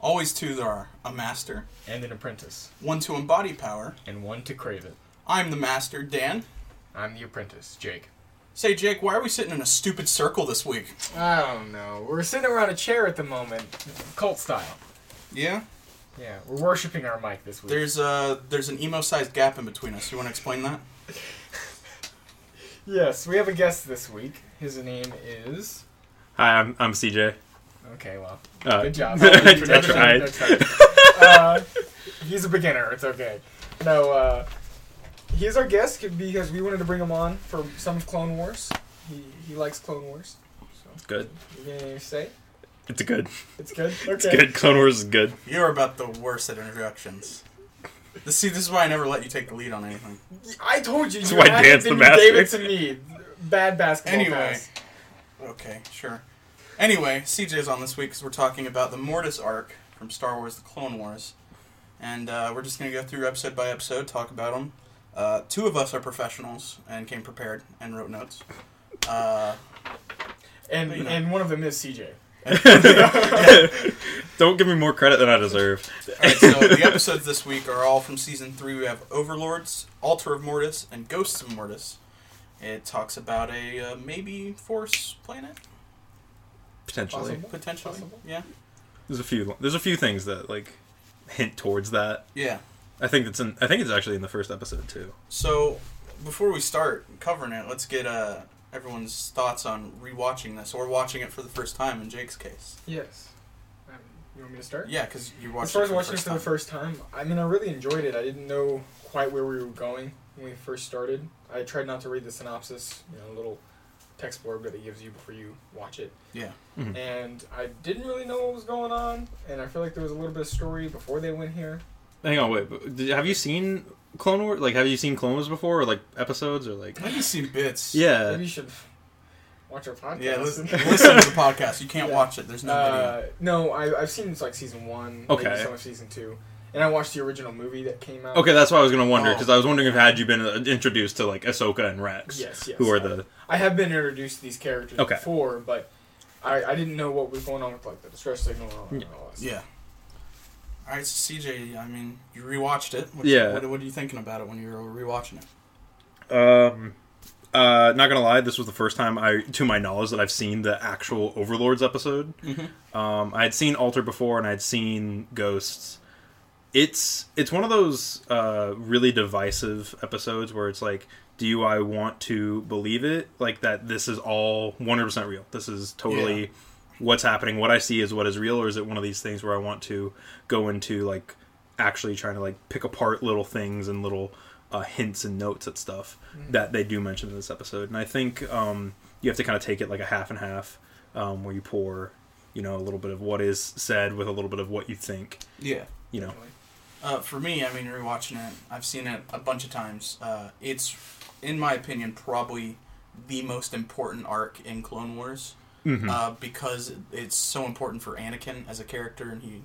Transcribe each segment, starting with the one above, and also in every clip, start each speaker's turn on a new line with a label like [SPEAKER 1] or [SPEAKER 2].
[SPEAKER 1] Always two there are a master,
[SPEAKER 2] and an apprentice,
[SPEAKER 1] one to embody power.
[SPEAKER 2] and one to crave it.
[SPEAKER 1] I'm the master, Dan.
[SPEAKER 2] I'm the apprentice, Jake.
[SPEAKER 1] Say, Jake, why are we sitting in a stupid circle this week?
[SPEAKER 3] I don't know. We're sitting around a chair at the moment.
[SPEAKER 2] Cult style.
[SPEAKER 1] Yeah?
[SPEAKER 2] Yeah, we're worshiping our mic this week.
[SPEAKER 1] There's uh there's an emo sized gap in between us. You want to explain that?
[SPEAKER 2] yes, we have a guest this week. His name is.
[SPEAKER 4] Hi, I'm, I'm CJ.
[SPEAKER 2] Okay, well,
[SPEAKER 4] Uh,
[SPEAKER 2] good job.
[SPEAKER 4] I
[SPEAKER 2] Introduction,
[SPEAKER 4] tried.
[SPEAKER 2] that's fine. uh, he's a beginner. It's okay. No, uh, he's our guest because we wanted to bring him on for some of Clone Wars. He he likes Clone Wars. So
[SPEAKER 4] Good.
[SPEAKER 2] you got anything to say?
[SPEAKER 4] It's good.
[SPEAKER 2] It's good. Okay.
[SPEAKER 4] It's good. Clone Wars is good.
[SPEAKER 1] You're about the worst at introductions. This, see, this is why I never let you take the lead on anything.
[SPEAKER 2] I told you.
[SPEAKER 4] That's
[SPEAKER 2] you
[SPEAKER 4] why
[SPEAKER 2] had
[SPEAKER 4] Dan's
[SPEAKER 2] it, then
[SPEAKER 4] the
[SPEAKER 2] you gave it
[SPEAKER 4] master.
[SPEAKER 2] to me. Bad basketball.
[SPEAKER 1] Anyway.
[SPEAKER 2] pass.
[SPEAKER 1] Okay, sure. Anyway, CJ's on this week because we're talking about the Mortis arc from Star Wars: The Clone Wars, and uh, we're just gonna go through episode by episode, talk about them. Uh, two of us are professionals and came prepared and wrote notes. Uh,
[SPEAKER 2] and
[SPEAKER 1] You know.
[SPEAKER 2] and one of them is CJ.
[SPEAKER 4] Don't give me more credit than I deserve.
[SPEAKER 1] Alright, so the episodes this week are all from season three. We have Overlords, Altar of Mortis, and Ghosts of Mortis. It talks about a uh, maybe Force planet,
[SPEAKER 4] Potentially,
[SPEAKER 2] Possible.
[SPEAKER 1] potentially.
[SPEAKER 2] Possible.
[SPEAKER 1] Yeah.
[SPEAKER 4] there's a few. There's a few things that like hint towards that.
[SPEAKER 1] Yeah.
[SPEAKER 4] I think that's in. I think it's actually in the first episode too.
[SPEAKER 1] So before we start covering it, let's get uh, everyone's thoughts on rewatching this or watching it for the first time in Jake's case.
[SPEAKER 2] Yes. Um, you want me to start?
[SPEAKER 1] Yeah, because you watched
[SPEAKER 2] As far
[SPEAKER 1] it
[SPEAKER 2] as
[SPEAKER 1] for
[SPEAKER 2] watching
[SPEAKER 1] the
[SPEAKER 2] it
[SPEAKER 1] first
[SPEAKER 2] for the
[SPEAKER 1] time.
[SPEAKER 2] first time, I mean, I really enjoyed it. I didn't know quite where we were going when we first started. I tried not to read the synopsis, you know, little text blurb that it gives you before you watch it.
[SPEAKER 1] Yeah.
[SPEAKER 2] Mm-hmm.
[SPEAKER 4] Mhm.
[SPEAKER 2] And I didn't really know what was going on, and I feel like there was a little bit of story before they went here.
[SPEAKER 4] Hang on, wait. but did- Have you seen Clone Wars? Like, have you seen Clone Wars before, or like episodes, or like?
[SPEAKER 1] Let me see bits.
[SPEAKER 4] Yeah.
[SPEAKER 2] Maybe you should watch our podcast.
[SPEAKER 1] Uh, Yeah, listen, listen to the podcast. You can't watch it. There's no video.
[SPEAKER 2] Uh, no, I, I've seen like season one, maybe
[SPEAKER 4] Okay.
[SPEAKER 2] some of season two, and I watched the original movie that came out.
[SPEAKER 4] Okay, that's why I was gonna wonder
[SPEAKER 1] Oh.
[SPEAKER 4] because I was wondering if had you been uh, introduced to like Ahsoka and Rex,
[SPEAKER 2] Yes, yes.
[SPEAKER 4] who are
[SPEAKER 2] I-
[SPEAKER 4] the
[SPEAKER 2] I have been introduced to these characters
[SPEAKER 4] Okay.
[SPEAKER 2] before, but I, I didn't know what was going on with like the distress signal and all that. Oh,
[SPEAKER 1] Yeah. All right, so CJ, I mean, you rewatched it. What,
[SPEAKER 4] Yeah.
[SPEAKER 1] What, what are you thinking about it when you were rewatching it?
[SPEAKER 4] Um, uh, not gonna lie, this was the first time I, to my knowledge, that I've seen the actual Overlords episode.
[SPEAKER 2] Mm-hmm.
[SPEAKER 4] Um, I had seen Alter before, and I'd seen Ghosts. It's it's one of those uh, really divisive episodes where it's like, do I want to believe it? Like that this is all one hundred percent real. This is totally
[SPEAKER 1] Yeah.
[SPEAKER 4] what's happening. What I see is what is real, or is it one of these things where I want to go into like actually trying to like pick apart little things and little uh, hints and notes at stuff that they do mention in this episode. And I think um, you have to kind of take it like a half and half, um, where you pour, you know, a little bit of what is said with a little bit of what you think.
[SPEAKER 1] Yeah.
[SPEAKER 4] You know,
[SPEAKER 1] Uh, for me, I mean, rewatching it, I've seen it a bunch of times. Uh, it's, in my opinion, probably the most important arc in Clone Wars
[SPEAKER 4] Hmm.
[SPEAKER 1] uh, because it's so important for Anakin as a character, and he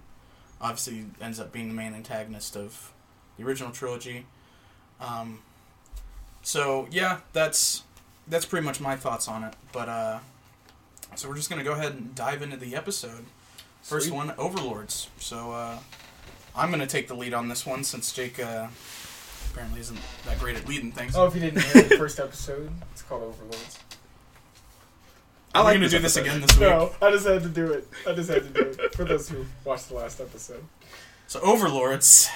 [SPEAKER 1] obviously ends up being the main antagonist of the original trilogy. Um, so yeah, that's that's pretty much my thoughts on it. But uh, so we're just gonna go ahead and dive into the episode. First
[SPEAKER 2] Sweet.
[SPEAKER 1] one, Overlords. So uh, I'm gonna take the lead on this one since Jake uh, apparently isn't that great at leading things.
[SPEAKER 2] Oh, if you didn't hear the first episode, it's called Overlords.
[SPEAKER 1] I
[SPEAKER 4] I
[SPEAKER 1] like
[SPEAKER 4] like
[SPEAKER 1] gonna
[SPEAKER 4] this
[SPEAKER 1] do this
[SPEAKER 4] episode.
[SPEAKER 1] again this week.
[SPEAKER 2] No, I just had to do it. I just had to do it for those who watched the last episode.
[SPEAKER 1] So overlords,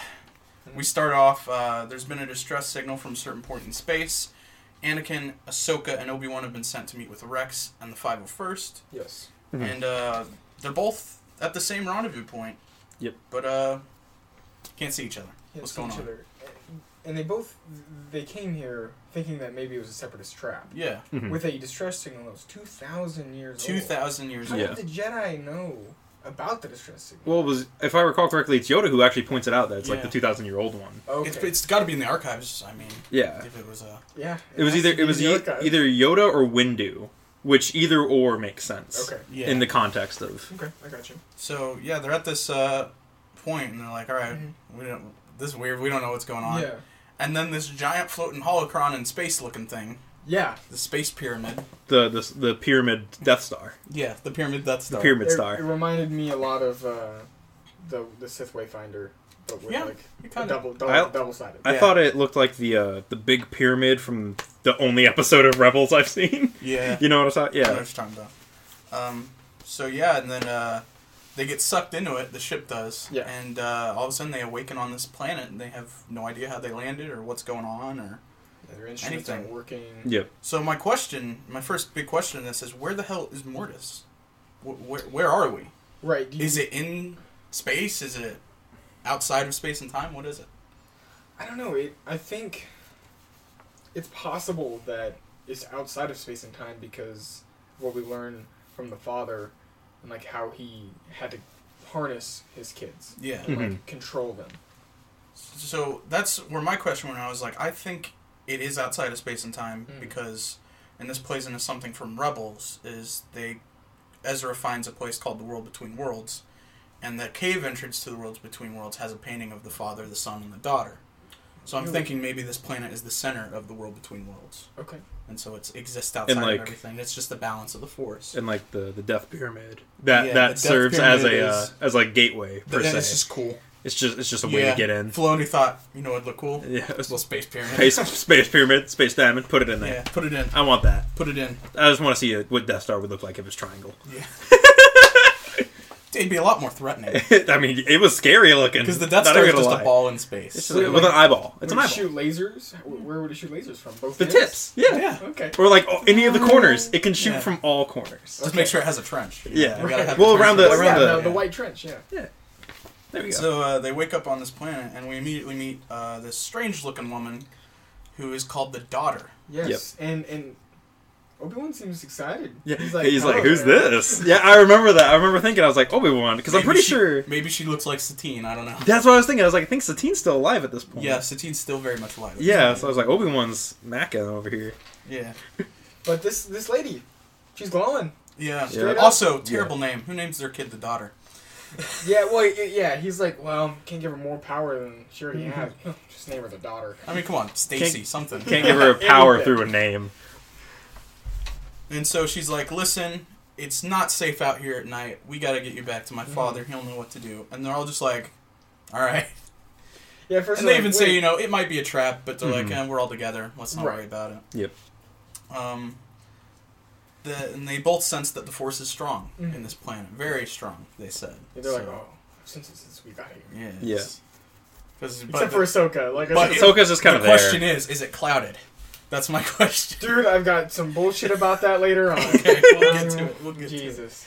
[SPEAKER 1] we start off. Uh, there's been a distress signal from a certain point in space. Anakin, Ahsoka, and Obi Wan have been sent to meet with Rex and the 501st,
[SPEAKER 2] Yes.
[SPEAKER 4] Mhm.
[SPEAKER 1] and uh, they're both at the same rendezvous point.
[SPEAKER 4] Yep.
[SPEAKER 1] But uh, can't see each other.
[SPEAKER 2] Yeah,
[SPEAKER 1] What's
[SPEAKER 2] so
[SPEAKER 1] going
[SPEAKER 2] each
[SPEAKER 1] on?
[SPEAKER 2] other- And they both they came here thinking that maybe it was a separatist trap
[SPEAKER 1] Yeah,
[SPEAKER 4] Mhm.
[SPEAKER 2] with a distress signal that was two thousand years
[SPEAKER 1] two
[SPEAKER 2] old.
[SPEAKER 1] thousand years
[SPEAKER 2] How
[SPEAKER 1] old.
[SPEAKER 4] Yeah.
[SPEAKER 2] did the Jedi know about the distress signal?
[SPEAKER 4] well, it was if I recall correctly, it's Yoda who actually points it out that it's like
[SPEAKER 1] Yeah.
[SPEAKER 4] the two thousand year old one.
[SPEAKER 2] okay.
[SPEAKER 1] It's, it's got to be in the archives. I mean,
[SPEAKER 4] Yeah,
[SPEAKER 1] if it was uh, a
[SPEAKER 2] yeah.
[SPEAKER 4] it was
[SPEAKER 2] has
[SPEAKER 4] either
[SPEAKER 2] to be
[SPEAKER 4] it was
[SPEAKER 2] the
[SPEAKER 4] e-
[SPEAKER 2] archive.
[SPEAKER 4] either Yoda or Windu, which either or makes sense
[SPEAKER 2] Okay.
[SPEAKER 1] yeah.
[SPEAKER 4] in the context of.
[SPEAKER 2] Okay, I got you.
[SPEAKER 1] so yeah, they're at this uh, point, and they're like, "All right,
[SPEAKER 2] Mhm.
[SPEAKER 1] we don't. This is weird. We don't know what's going on."
[SPEAKER 2] Yeah.
[SPEAKER 1] And then this giant floating holocron and space looking thing,
[SPEAKER 2] Yeah.
[SPEAKER 1] the space pyramid.
[SPEAKER 4] the the, the pyramid Death Star,
[SPEAKER 1] Yeah, the pyramid Death Star.
[SPEAKER 4] pyramid
[SPEAKER 2] It, it
[SPEAKER 4] star.
[SPEAKER 2] reminded me a lot of uh, the the Sith Wayfinder, but with
[SPEAKER 1] Yeah,
[SPEAKER 2] like
[SPEAKER 1] you
[SPEAKER 2] a
[SPEAKER 1] kinda-
[SPEAKER 2] double double
[SPEAKER 4] I'll-
[SPEAKER 2] double sided.
[SPEAKER 4] I
[SPEAKER 1] Yeah.
[SPEAKER 4] thought it looked like the uh, the big pyramid from the only episode of Rebels I've seen.
[SPEAKER 1] Yeah.
[SPEAKER 4] you know what I thought?
[SPEAKER 1] I know
[SPEAKER 4] Yeah.
[SPEAKER 1] what you're talking about. Um, so yeah, and then uh, they get sucked into it. The ship does,
[SPEAKER 2] Yeah.
[SPEAKER 1] and uh, all of a sudden they awaken on this planet, and they have no idea how they landed or what's going on. Or
[SPEAKER 2] Their instruments
[SPEAKER 1] anything.
[SPEAKER 2] aren't working.
[SPEAKER 4] Yep.
[SPEAKER 1] so my question, my first big question in this is, where the hell is Mortis? Wh- Where, where are we?
[SPEAKER 2] Right? do you-
[SPEAKER 1] Is it in space? Is it outside of space and time? What is it?
[SPEAKER 2] I don't know. It, I think it's possible that it's outside of space and time because what we learn from the father and like how he had to harness his kids
[SPEAKER 1] Yeah.
[SPEAKER 2] and
[SPEAKER 4] Mhm.
[SPEAKER 2] like control them.
[SPEAKER 1] So that's where my question when I was like, I think it is outside of space and time
[SPEAKER 2] Mm.
[SPEAKER 1] because, and this plays into something from Rebels is they, Ezra finds a place called the World Between Worlds, and the cave entrance to the Worlds Between Worlds has a painting of the father, the son, and the daughter. So I'm
[SPEAKER 2] Really?
[SPEAKER 1] thinking maybe this planet is the center of the World Between Worlds,
[SPEAKER 2] Okay.
[SPEAKER 1] and so it's exists outside
[SPEAKER 4] like-
[SPEAKER 1] of everything. It's just the balance of the Force.
[SPEAKER 4] And like the the Death Pyramid that
[SPEAKER 1] Yeah, the
[SPEAKER 4] that
[SPEAKER 1] Death
[SPEAKER 4] serves as
[SPEAKER 1] Pyramid
[SPEAKER 4] a uh,
[SPEAKER 1] is-
[SPEAKER 4] as like gateway per
[SPEAKER 1] But then
[SPEAKER 4] se.
[SPEAKER 1] it's just cool.
[SPEAKER 4] it's just it's just a way to get in.
[SPEAKER 1] Filoni thought, you know, it'd look cool.
[SPEAKER 4] Yeah.
[SPEAKER 1] Little space pyramid.
[SPEAKER 4] Space Space Pyramid, Space Diamond, put it in there.
[SPEAKER 1] Yeah, put it in.
[SPEAKER 4] I want that.
[SPEAKER 1] Put it in.
[SPEAKER 4] I just want to see uh what Death Star would look like if it's triangle.
[SPEAKER 1] Yeah. It'd be a lot more threatening
[SPEAKER 4] I mean, it was scary looking.
[SPEAKER 1] because the Death
[SPEAKER 4] Not
[SPEAKER 1] Star is
[SPEAKER 4] gonna
[SPEAKER 1] just
[SPEAKER 4] lie.
[SPEAKER 1] a ball in space.
[SPEAKER 4] It's just
[SPEAKER 2] Wait,
[SPEAKER 4] like-
[SPEAKER 2] like-
[SPEAKER 4] with an eyeball. It's an
[SPEAKER 2] would it
[SPEAKER 4] eyable.
[SPEAKER 2] shoot lasers? Wh- Where would it shoot lasers from? Both
[SPEAKER 4] the
[SPEAKER 2] ends?
[SPEAKER 4] tips. Yeah.
[SPEAKER 1] yeah.
[SPEAKER 2] Okay.
[SPEAKER 4] Or like oh, any of the corners. It can shoot
[SPEAKER 1] Yeah. Oh,
[SPEAKER 4] from all corners.
[SPEAKER 1] Just make sure it has a trench.
[SPEAKER 4] Yeah.
[SPEAKER 1] We gotta have
[SPEAKER 4] Well,
[SPEAKER 1] a
[SPEAKER 4] around
[SPEAKER 1] trench.
[SPEAKER 2] Well, yeah,
[SPEAKER 4] around the-
[SPEAKER 2] the, the white trench. Yeah.
[SPEAKER 4] There we go.
[SPEAKER 1] So uh, they wake up on this planet, and we immediately meet uh, this strange-looking woman, who is called the daughter.
[SPEAKER 2] Yes. And and Obi Wan seems excited. "Oh,
[SPEAKER 4] yeah. He's like,
[SPEAKER 1] "Oh,
[SPEAKER 2] "Hello
[SPEAKER 4] who's
[SPEAKER 2] there."
[SPEAKER 4] this? Yeah, I remember that. I remember thinking, I was like, Obi Wan, because I'm
[SPEAKER 1] Maybe
[SPEAKER 4] pretty
[SPEAKER 1] she-
[SPEAKER 4] sure.
[SPEAKER 1] Maybe she looks like Satine. I don't know.
[SPEAKER 4] That's what I was thinking. I was like, I think Satine's still alive at this point.
[SPEAKER 1] Yeah, Satine's still very much alive.
[SPEAKER 4] Yeah, so I was like, Obi Wan's macking over here.
[SPEAKER 1] Yeah.
[SPEAKER 2] But this this lady, she's glowing.
[SPEAKER 1] Yeah.
[SPEAKER 4] Straight
[SPEAKER 2] up.
[SPEAKER 1] Also, terrible name. Who names their kid the daughter?
[SPEAKER 2] Yeah, well, y- yeah, he's like, well, can't give her more power than she already has. Just name her the daughter.
[SPEAKER 1] I mean, come on, Stacy, something.
[SPEAKER 4] Can't give her a power through a name.
[SPEAKER 1] And so she's like, "Listen, it's not safe out here at night. We got to get you back to my father. He'll know what to do." And they're all just like, "All right."
[SPEAKER 2] Yeah, first
[SPEAKER 1] And
[SPEAKER 2] they're
[SPEAKER 1] they even
[SPEAKER 2] like,
[SPEAKER 1] say,
[SPEAKER 2] wait.
[SPEAKER 1] you know, it might be a trap, but they're
[SPEAKER 4] Mhm.
[SPEAKER 1] like, eh, "We're all together. Let's not worry
[SPEAKER 2] Right.
[SPEAKER 1] about it."
[SPEAKER 4] Yep.
[SPEAKER 1] Um. The, and they both sense that the force is strong
[SPEAKER 2] Mhm.
[SPEAKER 1] in this planet, very strong. They said.
[SPEAKER 2] Yeah, they're like,
[SPEAKER 1] So,
[SPEAKER 2] oh, since since we got here.
[SPEAKER 1] yeah.
[SPEAKER 4] Yeah.
[SPEAKER 1] it's- 'cause- but
[SPEAKER 2] Except
[SPEAKER 1] the-
[SPEAKER 2] for Ahsoka, like,
[SPEAKER 1] But
[SPEAKER 2] I said,
[SPEAKER 4] Ahsoka's just kind
[SPEAKER 1] the
[SPEAKER 4] of
[SPEAKER 1] question
[SPEAKER 4] there.
[SPEAKER 1] is, is it clouded? That's my question.
[SPEAKER 2] dude, I've got some bullshit about that later on.
[SPEAKER 1] Okay, we'll get to it, we'll get to it.
[SPEAKER 2] Jesus.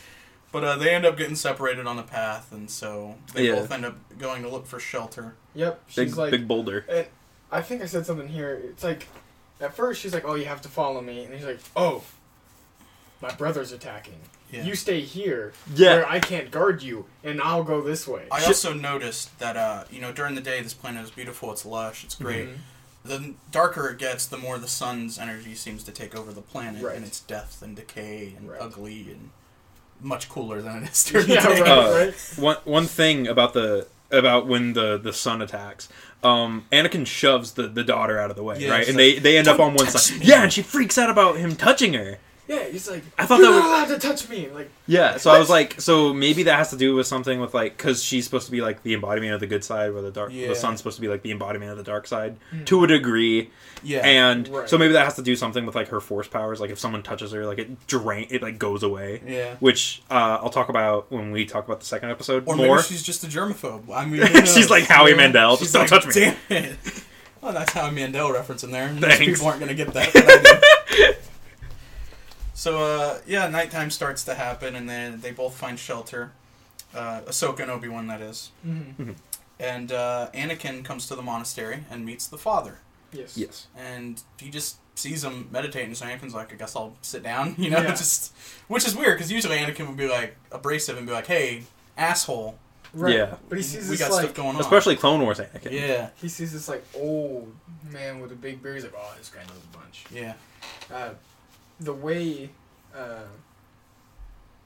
[SPEAKER 1] But uh, they end up getting separated on the path, and so they
[SPEAKER 4] Yeah.
[SPEAKER 1] both end up going to look for shelter.
[SPEAKER 2] Yep, she's
[SPEAKER 4] Big,
[SPEAKER 2] like,
[SPEAKER 4] big boulder.
[SPEAKER 2] and I think I said something here. It's like, at first she's like, oh, you have to follow me, and he's like, oh, my brother's attacking.
[SPEAKER 1] Yeah.
[SPEAKER 2] You stay here,
[SPEAKER 4] Yeah.
[SPEAKER 2] where I can't guard you, and I'll go this way.
[SPEAKER 1] I also noticed that uh, you know during the day this planet is beautiful, it's lush, it's great.
[SPEAKER 2] Mhm.
[SPEAKER 1] The darker it gets, the more the sun's energy seems to take over the planet,
[SPEAKER 2] Right.
[SPEAKER 1] and it's death and decay and
[SPEAKER 2] Right.
[SPEAKER 1] ugly and much cooler than it is during
[SPEAKER 2] yeah,
[SPEAKER 1] the day.
[SPEAKER 2] right,
[SPEAKER 4] Uh,
[SPEAKER 2] right.
[SPEAKER 4] One one thing about the about when the the sun attacks, um, Anakin shoves the, the daughter out of the way,
[SPEAKER 1] Yeah,
[SPEAKER 4] right?
[SPEAKER 1] she's
[SPEAKER 4] And
[SPEAKER 1] like,
[SPEAKER 4] they they end up
[SPEAKER 1] "Don't
[SPEAKER 4] on one
[SPEAKER 1] touch
[SPEAKER 4] side.
[SPEAKER 1] me."
[SPEAKER 4] Yeah, and she freaks out about him touching her.
[SPEAKER 2] Yeah, he's like,
[SPEAKER 4] I thought
[SPEAKER 2] you're
[SPEAKER 4] that
[SPEAKER 2] not
[SPEAKER 4] was-
[SPEAKER 2] allowed to touch me. Like,
[SPEAKER 4] Yeah, so I was like, so maybe that has to do with something with like, because she's supposed to be like the embodiment of the good side, where the dark,
[SPEAKER 1] Yeah. Hmm.
[SPEAKER 4] the sun's supposed to be like the embodiment of the dark side to a degree,
[SPEAKER 1] Yeah,
[SPEAKER 4] and
[SPEAKER 2] Right.
[SPEAKER 4] so maybe that has to do something with like her force powers. Like if someone touches her, like it drain, it like goes away.
[SPEAKER 1] yeah.
[SPEAKER 4] Which uh, I'll talk about when we talk about the second episode
[SPEAKER 1] Or
[SPEAKER 4] more.
[SPEAKER 1] maybe
[SPEAKER 4] She's,
[SPEAKER 1] she's just a germaphobe. I mean, who knows?
[SPEAKER 4] like Howie
[SPEAKER 2] Yeah.
[SPEAKER 4] Mandel, just don't touch me.
[SPEAKER 1] Damn it. Well, that's how a Mandel reference in there. Most
[SPEAKER 4] Thanks.
[SPEAKER 1] People aren't going to get that. but I do. so, uh, yeah, nighttime starts to happen, and then they both find shelter. Uh, Ahsoka and Obi Wan, that is.
[SPEAKER 2] "Mm-hmm.
[SPEAKER 1] And uh, Anakin comes to the monastery and meets the father.
[SPEAKER 2] yes.
[SPEAKER 4] Yes.
[SPEAKER 1] And he just sees him meditating, so Anakin's like, I guess I'll sit down, you know?
[SPEAKER 2] Yeah.
[SPEAKER 1] just Which is weird, because usually Anakin would be like abrasive and be like, hey, asshole,
[SPEAKER 2] Right.
[SPEAKER 4] Yeah.
[SPEAKER 2] But he sees
[SPEAKER 1] we
[SPEAKER 2] this
[SPEAKER 1] got
[SPEAKER 2] like
[SPEAKER 1] stuff going on.
[SPEAKER 4] Especially Clone Wars Anakin.
[SPEAKER 1] Yeah,
[SPEAKER 2] he sees this like old man with a big beard. He's like, oh, this guy knows a bunch.
[SPEAKER 1] yeah.
[SPEAKER 2] Uh, the way uh,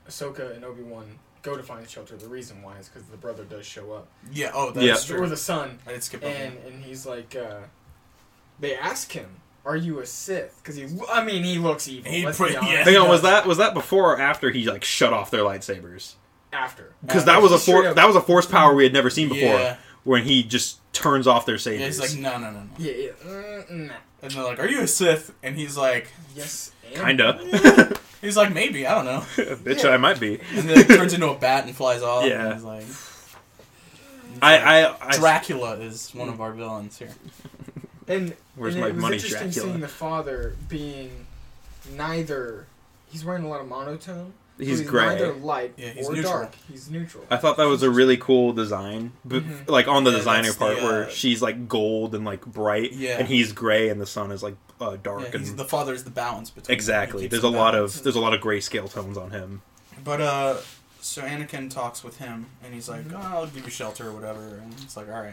[SPEAKER 2] Ahsoka and Obi Wan go to find shelter, the reason why is because the brother does show up,
[SPEAKER 1] Yeah, oh, that's
[SPEAKER 4] Yeah.
[SPEAKER 1] true.
[SPEAKER 2] or the son,
[SPEAKER 1] I did skip over
[SPEAKER 2] and and he's like, uh, they ask him, "Are you a Sith?" Because he, I mean, he looks evil.
[SPEAKER 1] He
[SPEAKER 2] let's
[SPEAKER 1] pre-
[SPEAKER 2] be honest.
[SPEAKER 1] yeah. Uh,
[SPEAKER 4] Hang on, was that was that before or after he like shut off their lightsabers?
[SPEAKER 2] after.
[SPEAKER 4] because
[SPEAKER 1] Yeah,
[SPEAKER 4] that was a
[SPEAKER 2] straight
[SPEAKER 4] for-
[SPEAKER 2] up-
[SPEAKER 4] that was a force power we had never seen before.
[SPEAKER 1] Yeah.
[SPEAKER 4] When he just turns off their
[SPEAKER 1] Yeah,
[SPEAKER 4] saviors,
[SPEAKER 1] he's like, no, no, no, no.
[SPEAKER 2] Yeah, yeah. Mm, nah.
[SPEAKER 1] And they're like, are you a Sith? And he's like,
[SPEAKER 2] Yes. and-
[SPEAKER 4] kinda,
[SPEAKER 1] he's like, maybe, I don't know.
[SPEAKER 4] bitch,
[SPEAKER 2] Yeah.
[SPEAKER 4] I might be.
[SPEAKER 1] And then it turns into a bat and flies off.
[SPEAKER 4] Yeah.
[SPEAKER 1] And he's like,
[SPEAKER 4] I, I, Mm. I
[SPEAKER 1] Dracula is one of our villains here.
[SPEAKER 2] And
[SPEAKER 4] Where's
[SPEAKER 2] and
[SPEAKER 4] my
[SPEAKER 2] it was
[SPEAKER 4] money,
[SPEAKER 2] interesting
[SPEAKER 4] Dracula?
[SPEAKER 2] seeing the father being neither. He's wearing a lot of monotone. so
[SPEAKER 4] He's gray. Uh,
[SPEAKER 2] Neither light
[SPEAKER 1] Yeah, he's
[SPEAKER 2] or
[SPEAKER 1] neutral.
[SPEAKER 2] dark. He's neutral.
[SPEAKER 4] I thought that was a really cool design, but
[SPEAKER 2] Mhm.
[SPEAKER 4] like on the
[SPEAKER 1] Yeah,
[SPEAKER 4] designer
[SPEAKER 1] that's
[SPEAKER 4] part
[SPEAKER 1] the,
[SPEAKER 4] where
[SPEAKER 1] uh,
[SPEAKER 4] she's like gold and like bright,
[SPEAKER 1] Yeah.
[SPEAKER 4] and he's gray, and the sun is like uh, dark
[SPEAKER 1] Yeah,
[SPEAKER 4] and
[SPEAKER 1] he's, the father is the balance between.
[SPEAKER 4] exactly.
[SPEAKER 1] he keeps
[SPEAKER 4] There's
[SPEAKER 1] the
[SPEAKER 4] a lot
[SPEAKER 1] balance.
[SPEAKER 4] of there's a lot of grayscale tones on him.
[SPEAKER 1] But uh, so Anakin talks with him, and he's like, oh, "I'll give you shelter or whatever," and it's like, "All right."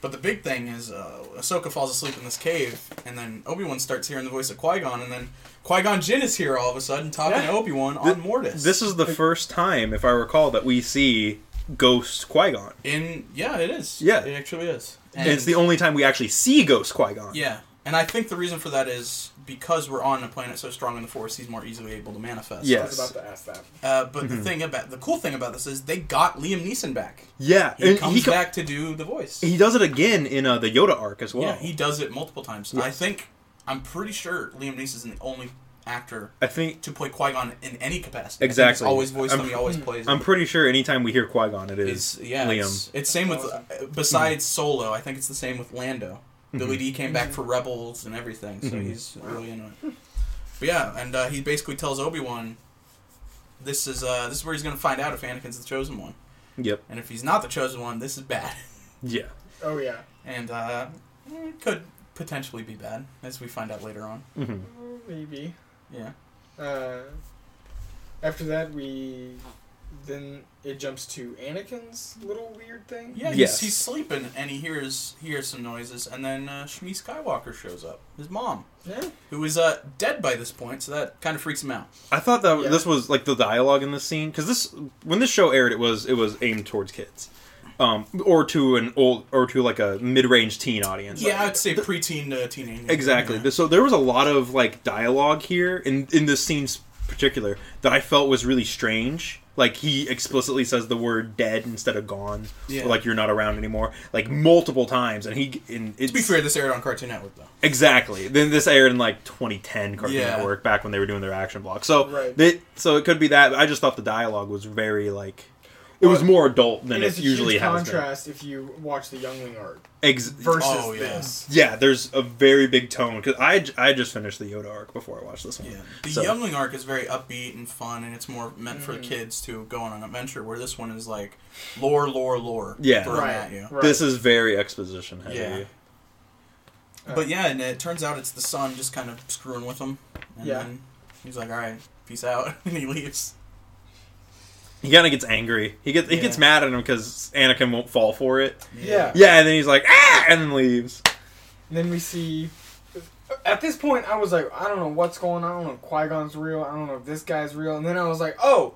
[SPEAKER 1] But the big thing is, uh, Ahsoka falls asleep in this cave, and then Obi Wan starts hearing the voice of Qui Gon, and then Qui Gon Jinn is here all of a sudden talking
[SPEAKER 2] Yeah.
[SPEAKER 1] to Obi Wan
[SPEAKER 4] Th-
[SPEAKER 1] on Mortis.
[SPEAKER 4] This is the first time, if I recall, that we see Ghost Qui Gon.
[SPEAKER 1] in yeah, it is.
[SPEAKER 4] Yeah.
[SPEAKER 1] it actually is.
[SPEAKER 4] And it's the only time we actually see Ghost Qui Gon.
[SPEAKER 1] Yeah, and I think the reason for that is because we're on a planet so strong in the Force, he's more easily able to manifest.
[SPEAKER 4] Yeah. Mm-hmm.
[SPEAKER 2] I was
[SPEAKER 4] yes.
[SPEAKER 2] about to ask that.
[SPEAKER 1] Uh, but the thing about the cool thing about this is they got Liam Neeson back.
[SPEAKER 4] yeah.
[SPEAKER 1] He
[SPEAKER 4] and
[SPEAKER 1] comes
[SPEAKER 4] he, co-
[SPEAKER 1] back to do the voice.
[SPEAKER 4] he does it again in uh, the Yoda arc as well.
[SPEAKER 1] yeah, he does it multiple times. I
[SPEAKER 4] Yes.
[SPEAKER 1] think I'm pretty sure Liam Neeson is the only actor
[SPEAKER 4] I think
[SPEAKER 1] to play Qui Gon in any capacity. I think he's
[SPEAKER 4] Exactly.
[SPEAKER 1] always voiced
[SPEAKER 4] I'm-
[SPEAKER 1] him. He always plays.
[SPEAKER 4] I'm
[SPEAKER 1] him.
[SPEAKER 4] pretty sure anytime we hear Qui Gon, it
[SPEAKER 1] It's
[SPEAKER 4] is
[SPEAKER 1] yeah.
[SPEAKER 4] Liam.
[SPEAKER 1] It's, it's same with uh, besides Solo. I think it's the same with Lando.
[SPEAKER 4] Mm-hmm.
[SPEAKER 1] Billy D came back for Rebels and everything, so
[SPEAKER 4] Mhm.
[SPEAKER 1] he's really into it. But yeah, and uh, he basically tells Obi Wan, "This is uh, this is where he's going to find out if Anakin's the chosen one,
[SPEAKER 4] Yep.
[SPEAKER 1] and if he's not the chosen one, this is bad."
[SPEAKER 4] Yeah.
[SPEAKER 2] Oh yeah.
[SPEAKER 1] and uh, mm, could potentially be bad, as we find out later on.
[SPEAKER 4] hmm
[SPEAKER 2] Oh, Maybe.
[SPEAKER 1] Yeah.
[SPEAKER 2] Uh, after that, we then it jumps to Anakin's little weird thing.
[SPEAKER 1] Yeah, he's,
[SPEAKER 4] Yes.
[SPEAKER 1] he's sleeping and he hears he hears some noises, and then uh, Shmi Skywalker shows up, his mom,
[SPEAKER 2] Yeah.
[SPEAKER 1] who is uh, dead by this point, so that kind of freaks him out.
[SPEAKER 4] I thought that
[SPEAKER 2] Yeah.
[SPEAKER 4] this was like the dialogue in this scene because this when this show aired, it was it was aimed towards kids, um, or to an old or to like a mid range teen audience.
[SPEAKER 1] Yeah, I'd say preteen to teenage.
[SPEAKER 4] exactly.
[SPEAKER 1] Yeah.
[SPEAKER 4] So there was a lot of like dialogue here in in this scene s- particular that I felt was really strange. Like he explicitly says the word "dead" instead of "gone,"
[SPEAKER 1] Yeah.
[SPEAKER 4] or like "you're not around anymore," like multiple times, and he and it's
[SPEAKER 1] To be fair, this aired on Cartoon Network though.
[SPEAKER 4] Exactly. Then this aired in like 2010 Cartoon
[SPEAKER 1] Yeah.
[SPEAKER 4] Network back when they were doing their action block. So
[SPEAKER 2] Right.
[SPEAKER 4] they, so it could be that. I just thought the dialogue was very like it was
[SPEAKER 2] Well,
[SPEAKER 4] more adult than
[SPEAKER 2] And
[SPEAKER 4] it
[SPEAKER 2] it's
[SPEAKER 4] usually
[SPEAKER 2] a huge
[SPEAKER 4] has been.
[SPEAKER 2] contrast if you watch the Youngling art
[SPEAKER 4] Ex-
[SPEAKER 2] versus
[SPEAKER 1] Oh, yeah.
[SPEAKER 2] this.
[SPEAKER 4] yeah, there's a very big tone because I, j- I just finished the Yoda arc before I watched this one.
[SPEAKER 1] Yeah, the
[SPEAKER 4] So-
[SPEAKER 1] Youngling arc is very upbeat and fun, and it's more meant for
[SPEAKER 2] Mm.
[SPEAKER 1] kids to go on an adventure. Where this one is like lore, lore, lore.
[SPEAKER 4] Yeah.
[SPEAKER 1] thrown
[SPEAKER 2] Right.
[SPEAKER 1] at you.
[SPEAKER 2] right.
[SPEAKER 4] This is very exposition heavy.
[SPEAKER 1] Yeah.
[SPEAKER 2] Uh,
[SPEAKER 1] But yeah, and it turns out it's the sun just kind of screwing with him. And
[SPEAKER 2] Yeah.
[SPEAKER 1] then he's like, all right, peace out. and he leaves.
[SPEAKER 4] He kind of gets angry. He gets he
[SPEAKER 1] Yeah.
[SPEAKER 4] gets mad at him because Anakin won't fall for it.
[SPEAKER 2] Yeah.
[SPEAKER 4] Yeah, and then he's like ah, and then leaves.
[SPEAKER 2] And then we see. At this point, I was like, I don't know what's going on. I don't know if Qui Gon's real. I don't know if this guy's real. And then I was like, oh,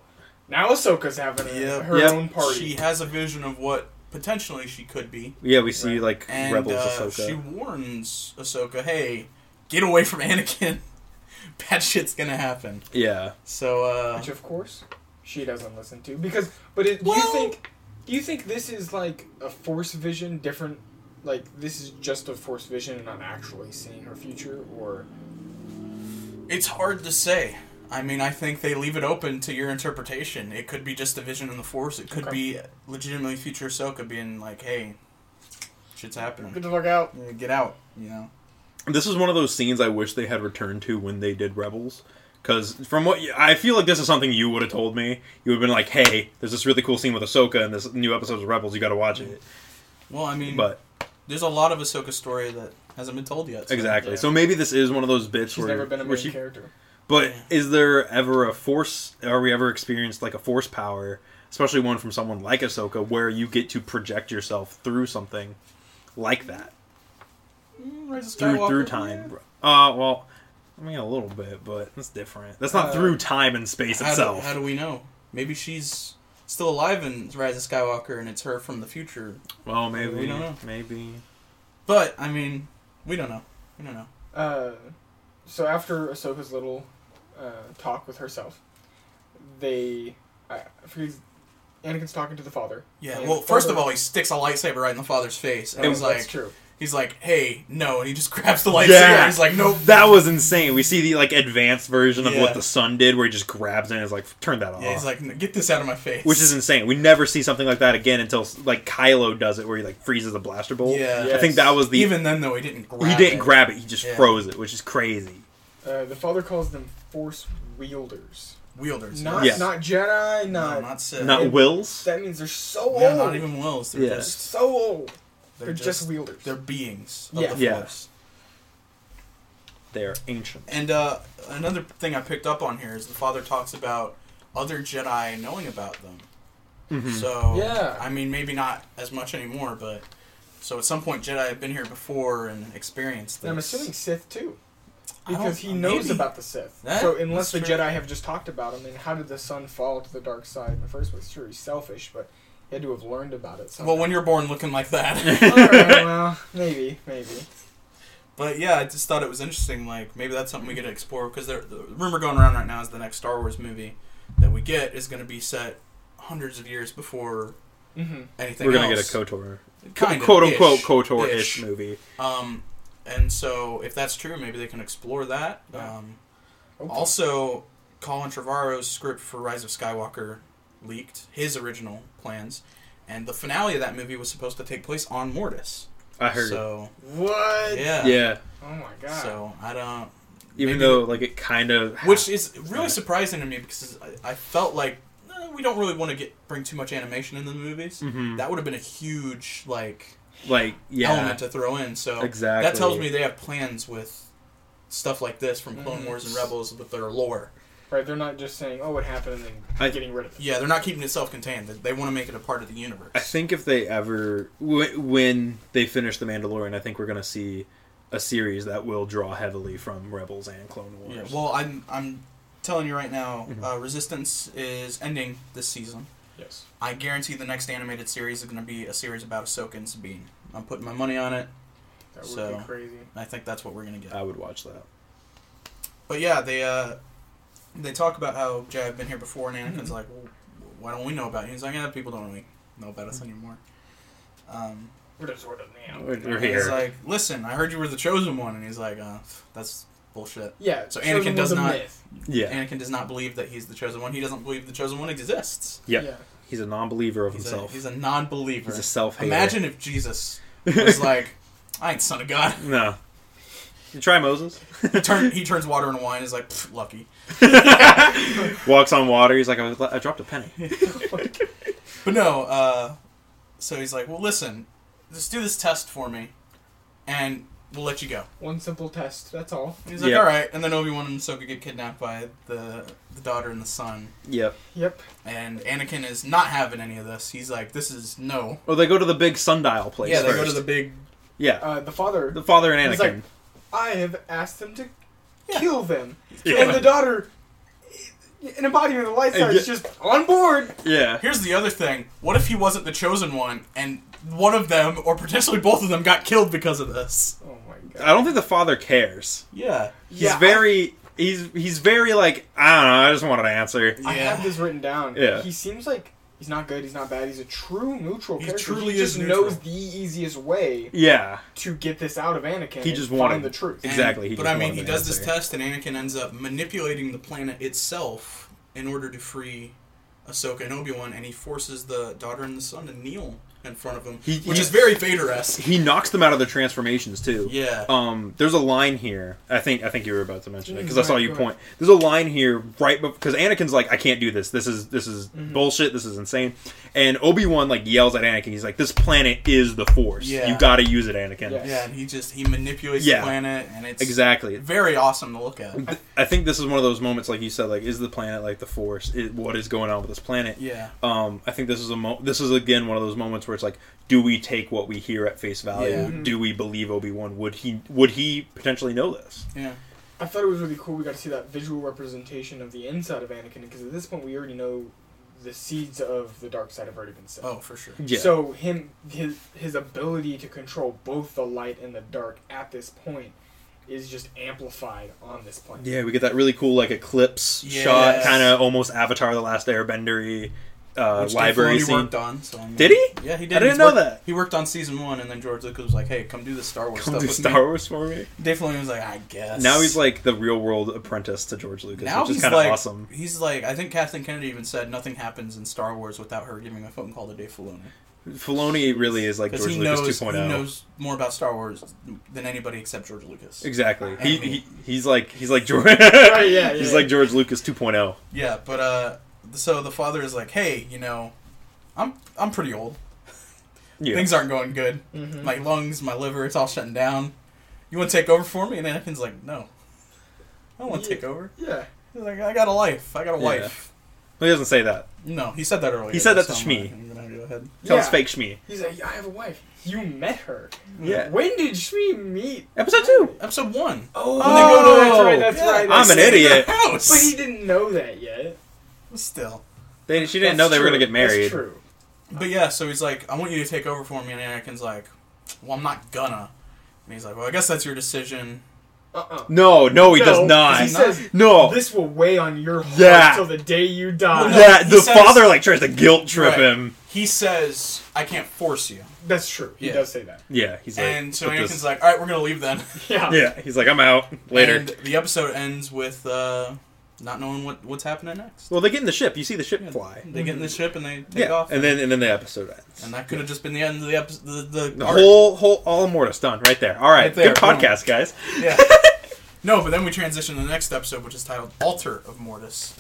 [SPEAKER 2] now Ahsoka's having a,
[SPEAKER 1] Yep.
[SPEAKER 2] her
[SPEAKER 4] Yep.
[SPEAKER 2] own
[SPEAKER 1] She
[SPEAKER 2] party.
[SPEAKER 1] has a vision of what potentially she could be.
[SPEAKER 4] Yeah, we see
[SPEAKER 2] Right.
[SPEAKER 4] like
[SPEAKER 1] And
[SPEAKER 4] rebels
[SPEAKER 1] uh,
[SPEAKER 4] Ahsoka.
[SPEAKER 1] she warns Ahsoka, hey, get away from Anakin. Bad shit's going to happen.
[SPEAKER 4] yeah.
[SPEAKER 1] So, uh.
[SPEAKER 2] Which, of course, she doesn't listen to. Because, but it, do
[SPEAKER 1] Well-
[SPEAKER 2] you think. Do you think this is like a force vision different? Like, this is just a force vision and not actually seeing her future? Or.
[SPEAKER 1] It's hard to say. I mean, I think they leave it open to your interpretation. It could be just a vision in the Force. It could
[SPEAKER 2] Okay.
[SPEAKER 1] be legitimately future Ahsoka being like, "Hey, shit's
[SPEAKER 4] Hmm.
[SPEAKER 1] happening.
[SPEAKER 2] Get the fuck out.
[SPEAKER 1] Uh, Get out," you know.
[SPEAKER 4] This is one of those scenes I wish they had returned to when they did Rebels. Because from what I feel like, this is something you would have told me. You would have been like, "Hey, there's this really cool scene with Ahsoka and this new episode of Rebels. You got to watch it."
[SPEAKER 1] Well, I mean,
[SPEAKER 4] But
[SPEAKER 1] there's a lot of Ahsoka story that hasn't been told yet. so-
[SPEAKER 4] exactly.
[SPEAKER 2] Yeah.
[SPEAKER 4] So maybe this is one of those bits
[SPEAKER 2] She's
[SPEAKER 4] where,
[SPEAKER 2] never been a
[SPEAKER 4] where
[SPEAKER 2] main
[SPEAKER 4] she-
[SPEAKER 2] character.
[SPEAKER 4] But
[SPEAKER 1] Yeah.
[SPEAKER 4] is there ever a force? Are we ever experienced like a force power, especially one from someone like Ahsoka, where you get to project yourself through something like that
[SPEAKER 1] Mm, Rise of
[SPEAKER 4] through through
[SPEAKER 1] Skywalker,
[SPEAKER 4] time?
[SPEAKER 1] yeah.
[SPEAKER 4] Uh, well, I mean a little bit, but that's different. That's not
[SPEAKER 2] Uh,
[SPEAKER 4] through time and space
[SPEAKER 1] How
[SPEAKER 4] itself.
[SPEAKER 1] do, how do we know? Maybe she's still alive in Rise of Skywalker, and it's her from the future.
[SPEAKER 4] Well, maybe.
[SPEAKER 1] We don't know.
[SPEAKER 4] Maybe.
[SPEAKER 1] But I mean, we don't know. We don't know.
[SPEAKER 2] Uh, so after Ahsoka's little uh, talk with herself, they I I forget Anakin's talking to the father.
[SPEAKER 1] Yeah.
[SPEAKER 2] And
[SPEAKER 1] Well,
[SPEAKER 2] the
[SPEAKER 1] first of
[SPEAKER 2] father-
[SPEAKER 1] all, he sticks a lightsaber right in the father's face, and
[SPEAKER 2] Oh,
[SPEAKER 1] he's
[SPEAKER 2] that's
[SPEAKER 1] like,
[SPEAKER 2] true.
[SPEAKER 1] he's like, "Hey, no!" And he just grabs the lightsaber.
[SPEAKER 4] Yeah.
[SPEAKER 1] And he's like, "Nope."
[SPEAKER 4] That was insane. We see the like advanced version of
[SPEAKER 1] Yeah.
[SPEAKER 4] what the son did, where he just grabs it and is like, "Turn that off,"
[SPEAKER 1] Yeah, he's like, "N- "Get this out of my face."
[SPEAKER 4] which is insane. We never see something like that again until like Kylo does it, where he like freezes a blaster bolt.
[SPEAKER 1] Yeah.
[SPEAKER 4] I think that was the
[SPEAKER 1] even then though he didn't grab
[SPEAKER 4] he didn't
[SPEAKER 1] it.
[SPEAKER 4] grab it; he just
[SPEAKER 1] Yeah.
[SPEAKER 4] froze it, which is crazy.
[SPEAKER 2] Uh, the father calls them Force wielders.
[SPEAKER 1] wielders.
[SPEAKER 2] Not
[SPEAKER 4] Yes.
[SPEAKER 2] not uh, Jedi.
[SPEAKER 1] no,
[SPEAKER 2] Not
[SPEAKER 1] not Sith.
[SPEAKER 4] Not
[SPEAKER 2] it-
[SPEAKER 4] wills.
[SPEAKER 2] that means they're so
[SPEAKER 1] Yeah,
[SPEAKER 2] old.
[SPEAKER 1] not even wills. They're
[SPEAKER 4] Yeah.
[SPEAKER 1] just
[SPEAKER 2] so old.
[SPEAKER 1] they're,
[SPEAKER 2] They're, just, wielders.
[SPEAKER 1] they're beings of
[SPEAKER 2] Yeah.
[SPEAKER 1] the
[SPEAKER 4] Yeah.
[SPEAKER 1] force.
[SPEAKER 4] They're ancient.
[SPEAKER 1] And uh, another thing I picked up on here is the father talks about other Jedi knowing about them.
[SPEAKER 4] Mm-hmm.
[SPEAKER 1] So
[SPEAKER 2] Yeah.
[SPEAKER 1] I mean maybe not as much anymore, but so at some point Jedi have been here before and experienced this.
[SPEAKER 2] and I'm assuming Sith too,
[SPEAKER 1] I don't-
[SPEAKER 2] because he knows
[SPEAKER 1] maybe.
[SPEAKER 2] about the Sith.
[SPEAKER 1] That-
[SPEAKER 2] so unless the
[SPEAKER 1] that's true.
[SPEAKER 2] Jedi have just talked about him, then how did the son fall to the dark side in the first place? Sure, he's selfish, but he had to have learned about it. Somehow.
[SPEAKER 1] Well, when you're born looking like that.
[SPEAKER 2] All right, well, maybe, maybe.
[SPEAKER 1] But yeah, I just thought it was interesting. Like maybe that's something we get to explore because the rumor going around right now is the next Star Wars movie that we get is going to be set hundreds of years before
[SPEAKER 2] Mm-hmm.
[SPEAKER 1] anything.
[SPEAKER 4] We're gonna
[SPEAKER 1] else.
[SPEAKER 4] get a Kotor,
[SPEAKER 1] Kind of,
[SPEAKER 4] quote unquote
[SPEAKER 1] ish,
[SPEAKER 4] Kotor ish
[SPEAKER 1] ish.
[SPEAKER 4] movie.
[SPEAKER 1] Um, and so if that's true, maybe they can explore that.
[SPEAKER 2] Yeah.
[SPEAKER 1] Um, also, Colin Trevorrow's script for Rise of Skywalker leaked his original plans, and the finale of that movie was supposed to take place on Mortis.
[SPEAKER 4] I heard.
[SPEAKER 1] So
[SPEAKER 2] what?
[SPEAKER 1] yeah,
[SPEAKER 4] yeah,
[SPEAKER 2] Oh my god.
[SPEAKER 1] So I don't.
[SPEAKER 4] even
[SPEAKER 1] Maybe-
[SPEAKER 4] though like it kind of
[SPEAKER 1] which is really
[SPEAKER 4] Yeah.
[SPEAKER 1] surprising to me because I, I felt like eh, we don't really want to get bring too much animation into the movies.
[SPEAKER 4] Mhm.
[SPEAKER 1] That would have been a huge like
[SPEAKER 4] like yeah
[SPEAKER 1] element to throw in. So
[SPEAKER 4] Exactly.
[SPEAKER 1] that tells me they have plans with stuff like this from Clone
[SPEAKER 2] Mhm.
[SPEAKER 1] Wars
[SPEAKER 4] Mm.
[SPEAKER 1] and Rebels with their lore.
[SPEAKER 2] Right, they're not just saying, "Oh, it happened," and then
[SPEAKER 4] I-
[SPEAKER 2] getting rid of it.
[SPEAKER 1] Yeah, they're not keeping it self-contained. They, they want to make it a part of the universe.
[SPEAKER 4] I think if they ever wh- when they finish the Mandalorian, I think we're gonna see a series that will draw heavily from Rebels and Clone Wars.
[SPEAKER 1] Yeah, well, I'm I'm telling you right now,
[SPEAKER 4] Mm-hmm.
[SPEAKER 1] uh, Resistance is ending this season.
[SPEAKER 2] Yes.
[SPEAKER 1] I guarantee the next animated series is going to be a series about Ahsoka and Sabine. I'm putting my money on it.
[SPEAKER 2] That would
[SPEAKER 1] So-
[SPEAKER 2] be crazy.
[SPEAKER 1] and I think that's what we're going to get.
[SPEAKER 4] I would watch that.
[SPEAKER 1] But yeah, they uh, they talk about how Jedi have been here before, and Anakin's like, well, "Why don't we know about you?" He's like, "Yeah, people don't really know about us anymore." Um,
[SPEAKER 2] We're just sort of now.
[SPEAKER 4] We're- we're
[SPEAKER 1] he's
[SPEAKER 4] here.
[SPEAKER 1] like, "Listen, I heard you were the chosen one," and he's like, uh, "That's bullshit."
[SPEAKER 2] Yeah.
[SPEAKER 1] So
[SPEAKER 2] shows
[SPEAKER 1] Anakin
[SPEAKER 2] them
[SPEAKER 1] does
[SPEAKER 2] the
[SPEAKER 1] not-
[SPEAKER 2] Myth.
[SPEAKER 4] Yeah,
[SPEAKER 1] Anakin does not believe that he's the chosen one. He doesn't believe the chosen one exists.
[SPEAKER 4] Yeah.
[SPEAKER 2] Yeah.
[SPEAKER 4] he's a non-believer of
[SPEAKER 1] He's a,
[SPEAKER 4] himself.
[SPEAKER 1] he's a non-believer.
[SPEAKER 4] he's a self-hater.
[SPEAKER 1] Imagine if Jesus was like, "I ain't son of God."
[SPEAKER 4] no. You try Moses.
[SPEAKER 1] He, turn, he turns water into wine. He's like, "Pfft, "Lucky."
[SPEAKER 4] Walks on water. He's like, I, was, I dropped a penny.
[SPEAKER 1] But no, uh, so he's like, well, listen, just do this test for me, and we'll let you go.
[SPEAKER 2] One simple test. That's all.
[SPEAKER 1] And he's like,
[SPEAKER 4] Yeah.
[SPEAKER 1] all right. And then Obi Wan and Ahsoka get kidnapped by the the daughter and the son,
[SPEAKER 4] Yep.
[SPEAKER 2] Yep.
[SPEAKER 1] and Anakin is not having any of this. He's like, this is no.
[SPEAKER 4] Well, they go to the big sundial place.
[SPEAKER 1] yeah, they go
[SPEAKER 4] first.
[SPEAKER 1] to the big.
[SPEAKER 4] yeah.
[SPEAKER 2] Uh, the father.
[SPEAKER 4] The father and
[SPEAKER 2] He's
[SPEAKER 4] Anakin.
[SPEAKER 2] I have asked them to
[SPEAKER 1] Yeah.
[SPEAKER 2] kill them,
[SPEAKER 4] Yeah.
[SPEAKER 2] and the daughter, an embodiment of the light
[SPEAKER 4] And
[SPEAKER 2] side, is just on board.
[SPEAKER 4] yeah.
[SPEAKER 1] Here's the other thing. What if he wasn't the chosen one, and one of them, or potentially both of them, got killed because of this?
[SPEAKER 2] Oh my god.
[SPEAKER 4] I don't think the father cares.
[SPEAKER 1] Yeah.
[SPEAKER 4] He's
[SPEAKER 2] Yeah, I-
[SPEAKER 4] very. he's he's very like I don't know. I just wanted an answer.
[SPEAKER 2] I
[SPEAKER 1] Yeah.
[SPEAKER 2] have this written down.
[SPEAKER 4] Yeah.
[SPEAKER 2] He seems like he's not good. He's not bad. He's a true neutral
[SPEAKER 1] He
[SPEAKER 2] character.
[SPEAKER 1] truly
[SPEAKER 2] he just
[SPEAKER 1] is neutral.
[SPEAKER 2] knows the easiest way
[SPEAKER 4] Yeah.
[SPEAKER 2] to get this out of Anakin.
[SPEAKER 4] He
[SPEAKER 2] and
[SPEAKER 4] just
[SPEAKER 2] find
[SPEAKER 4] wanted-
[SPEAKER 2] the truth.
[SPEAKER 4] Ex- Exactly,
[SPEAKER 1] And-
[SPEAKER 4] he
[SPEAKER 1] but
[SPEAKER 4] just
[SPEAKER 1] I mean,
[SPEAKER 4] wanted
[SPEAKER 1] he
[SPEAKER 4] an
[SPEAKER 1] does this
[SPEAKER 4] answer.
[SPEAKER 1] test, and Anakin ends up manipulating the planet itself in order to free Ahsoka and Obi Wan, and he forces the daughter and the son to kneel in front of him,
[SPEAKER 4] He-
[SPEAKER 1] which
[SPEAKER 4] he-
[SPEAKER 1] is very Vader esque.
[SPEAKER 4] He knocks them out of their transformations too.
[SPEAKER 1] Yeah.
[SPEAKER 4] Um, there's a line here. I think I think you were about to mention it because I saw
[SPEAKER 2] Right,
[SPEAKER 4] you
[SPEAKER 2] right.
[SPEAKER 4] point. There's a line here right because Anakin's like, I can't do this. This is this is
[SPEAKER 2] Mm-hmm.
[SPEAKER 4] bullshit. This is insane. And Obi Wan like yells at Anakin. He's like, This planet is the Force.
[SPEAKER 1] Yeah.
[SPEAKER 4] You got to use it, Anakin.
[SPEAKER 2] Yeah.
[SPEAKER 1] yeah, and he just he manipulates
[SPEAKER 4] Yeah.
[SPEAKER 1] the planet, and it's
[SPEAKER 4] Exactly.
[SPEAKER 1] very awesome to look at.
[SPEAKER 4] Th- I think this is one of those moments, like you said, like is the planet like the Force? It, what is going on with this planet?
[SPEAKER 1] Yeah,
[SPEAKER 4] um, I think this is a mo- this is again one of those moments where it's like, do we take what we hear at face value?
[SPEAKER 1] Yeah.
[SPEAKER 4] Do we believe Obi Wan? Would he would he potentially know this?
[SPEAKER 1] yeah,
[SPEAKER 2] I thought it was really cool. We got to see that visual representation of the inside of Anakin because at this point we already know the seeds of the dark side have already been set.
[SPEAKER 1] oh for sure.
[SPEAKER 4] Yeah,
[SPEAKER 2] So him his his ability to control both the light and the dark at this point is just amplified on this planet.
[SPEAKER 4] yeah, we get that really cool like eclipse
[SPEAKER 1] Yes.
[SPEAKER 4] shot, kind of almost Avatar: The Last Airbender. uh,
[SPEAKER 1] Which
[SPEAKER 4] library
[SPEAKER 1] Dave Filoni
[SPEAKER 4] scene.
[SPEAKER 1] worked on. So I mean,
[SPEAKER 4] Did he?
[SPEAKER 1] Yeah, he did.
[SPEAKER 4] I didn't
[SPEAKER 1] He's
[SPEAKER 4] know
[SPEAKER 1] worked-
[SPEAKER 4] that.
[SPEAKER 1] He worked on season one, and then George Lucas was like, "Hey, come do the Star Wars
[SPEAKER 4] Come
[SPEAKER 1] stuff
[SPEAKER 4] do
[SPEAKER 1] with
[SPEAKER 4] Star
[SPEAKER 1] me."
[SPEAKER 4] Wars for me.
[SPEAKER 1] Dave Filoni was like, "I guess."
[SPEAKER 4] Now he's like the real world apprentice to George Lucas,
[SPEAKER 1] now
[SPEAKER 4] which is
[SPEAKER 1] he's
[SPEAKER 4] kind of
[SPEAKER 1] like,
[SPEAKER 4] awesome.
[SPEAKER 1] He's like, I think Kathleen Kennedy even said nothing happens in Star Wars without her giving a phone call to Dave Filoni
[SPEAKER 4] Filoni really is like
[SPEAKER 1] because
[SPEAKER 4] George
[SPEAKER 1] he
[SPEAKER 4] Lucas oh.
[SPEAKER 1] knows
[SPEAKER 4] 2.0.
[SPEAKER 1] he knows more about Star Wars than anybody except George Lucas.
[SPEAKER 4] Exactly. He,
[SPEAKER 1] And me.
[SPEAKER 4] he he's like he's like George.
[SPEAKER 2] yeah,
[SPEAKER 4] he's
[SPEAKER 2] yeah.
[SPEAKER 4] like George Lucas oh. 2.0.
[SPEAKER 1] Yeah, but uh, so the father is like, "Hey, you know, I'm I'm pretty old.
[SPEAKER 4] Yeah.
[SPEAKER 1] Things aren't going good.
[SPEAKER 2] Mm-hmm.
[SPEAKER 1] My lungs, my liver, it's all shutting down. You want to take over for me?" And Anakin's like, "No, I don't want to
[SPEAKER 2] Yeah.
[SPEAKER 1] take over.
[SPEAKER 2] Yeah.
[SPEAKER 1] He's like, I got a life. I got a
[SPEAKER 4] Yeah.
[SPEAKER 1] wife."
[SPEAKER 4] He doesn't say that.
[SPEAKER 1] No, he said that earlier.
[SPEAKER 4] He said that
[SPEAKER 1] so
[SPEAKER 4] to
[SPEAKER 1] I'm
[SPEAKER 4] Shmi.
[SPEAKER 1] not even gonna Go ahead.
[SPEAKER 4] Tell
[SPEAKER 2] yeah.
[SPEAKER 4] us fake Shmi.
[SPEAKER 2] He's like, I have a wife. You met her.
[SPEAKER 4] Yeah.
[SPEAKER 2] When did she meet?
[SPEAKER 4] Episode two.
[SPEAKER 1] Episode one.
[SPEAKER 2] Oh,
[SPEAKER 4] Oh,
[SPEAKER 2] that's right. That's
[SPEAKER 1] yeah.
[SPEAKER 2] right.
[SPEAKER 4] I'm
[SPEAKER 2] that's
[SPEAKER 4] an
[SPEAKER 2] right.
[SPEAKER 4] idiot.
[SPEAKER 1] House.
[SPEAKER 2] But he didn't know that yet.
[SPEAKER 1] Still.
[SPEAKER 4] They, she didn't
[SPEAKER 2] That's
[SPEAKER 4] know they were
[SPEAKER 2] true.
[SPEAKER 4] gonna get married.
[SPEAKER 2] That's true.
[SPEAKER 1] But yeah, so he's like, I want you to take over for me, and Anakin's like, Well, I'm not gonna. And he's like, Well, I guess that's your decision.
[SPEAKER 2] Uh-uh.
[SPEAKER 4] No, no, he does
[SPEAKER 2] No,
[SPEAKER 4] not.
[SPEAKER 2] He says,
[SPEAKER 4] no.
[SPEAKER 2] "This will weigh on your heart
[SPEAKER 4] Yeah.
[SPEAKER 2] till the day you die."
[SPEAKER 1] Well, no,
[SPEAKER 4] yeah,
[SPEAKER 1] he
[SPEAKER 4] the
[SPEAKER 1] says-
[SPEAKER 4] father like tries to guilt trip
[SPEAKER 1] Right.
[SPEAKER 4] him.
[SPEAKER 1] He says, I can't force you.
[SPEAKER 2] That's true. He
[SPEAKER 1] Yeah.
[SPEAKER 2] does say that.
[SPEAKER 4] Yeah, he's like,
[SPEAKER 1] and so
[SPEAKER 4] "But
[SPEAKER 1] Anakin's
[SPEAKER 4] this-"
[SPEAKER 1] like, All right, we're gonna leave then.
[SPEAKER 2] Yeah.
[SPEAKER 4] yeah, he's like, I'm out later.
[SPEAKER 1] And the episode ends with uh, not knowing what what's happening next.
[SPEAKER 4] well, they get in the ship. You see the ship fly.
[SPEAKER 1] They get in the ship and they take
[SPEAKER 4] Mm-hmm. Yeah,
[SPEAKER 1] off,
[SPEAKER 4] and then and then the episode ends.
[SPEAKER 1] and that could have just been the end of the episode. The, the,
[SPEAKER 4] the
[SPEAKER 1] arc.
[SPEAKER 4] whole whole all Mortis done right there. All right,
[SPEAKER 1] Right there,
[SPEAKER 4] good
[SPEAKER 1] boom.
[SPEAKER 4] podcast, guys.
[SPEAKER 1] Yeah. no, but then we transition to the next episode, which is titled Altar of Mortis.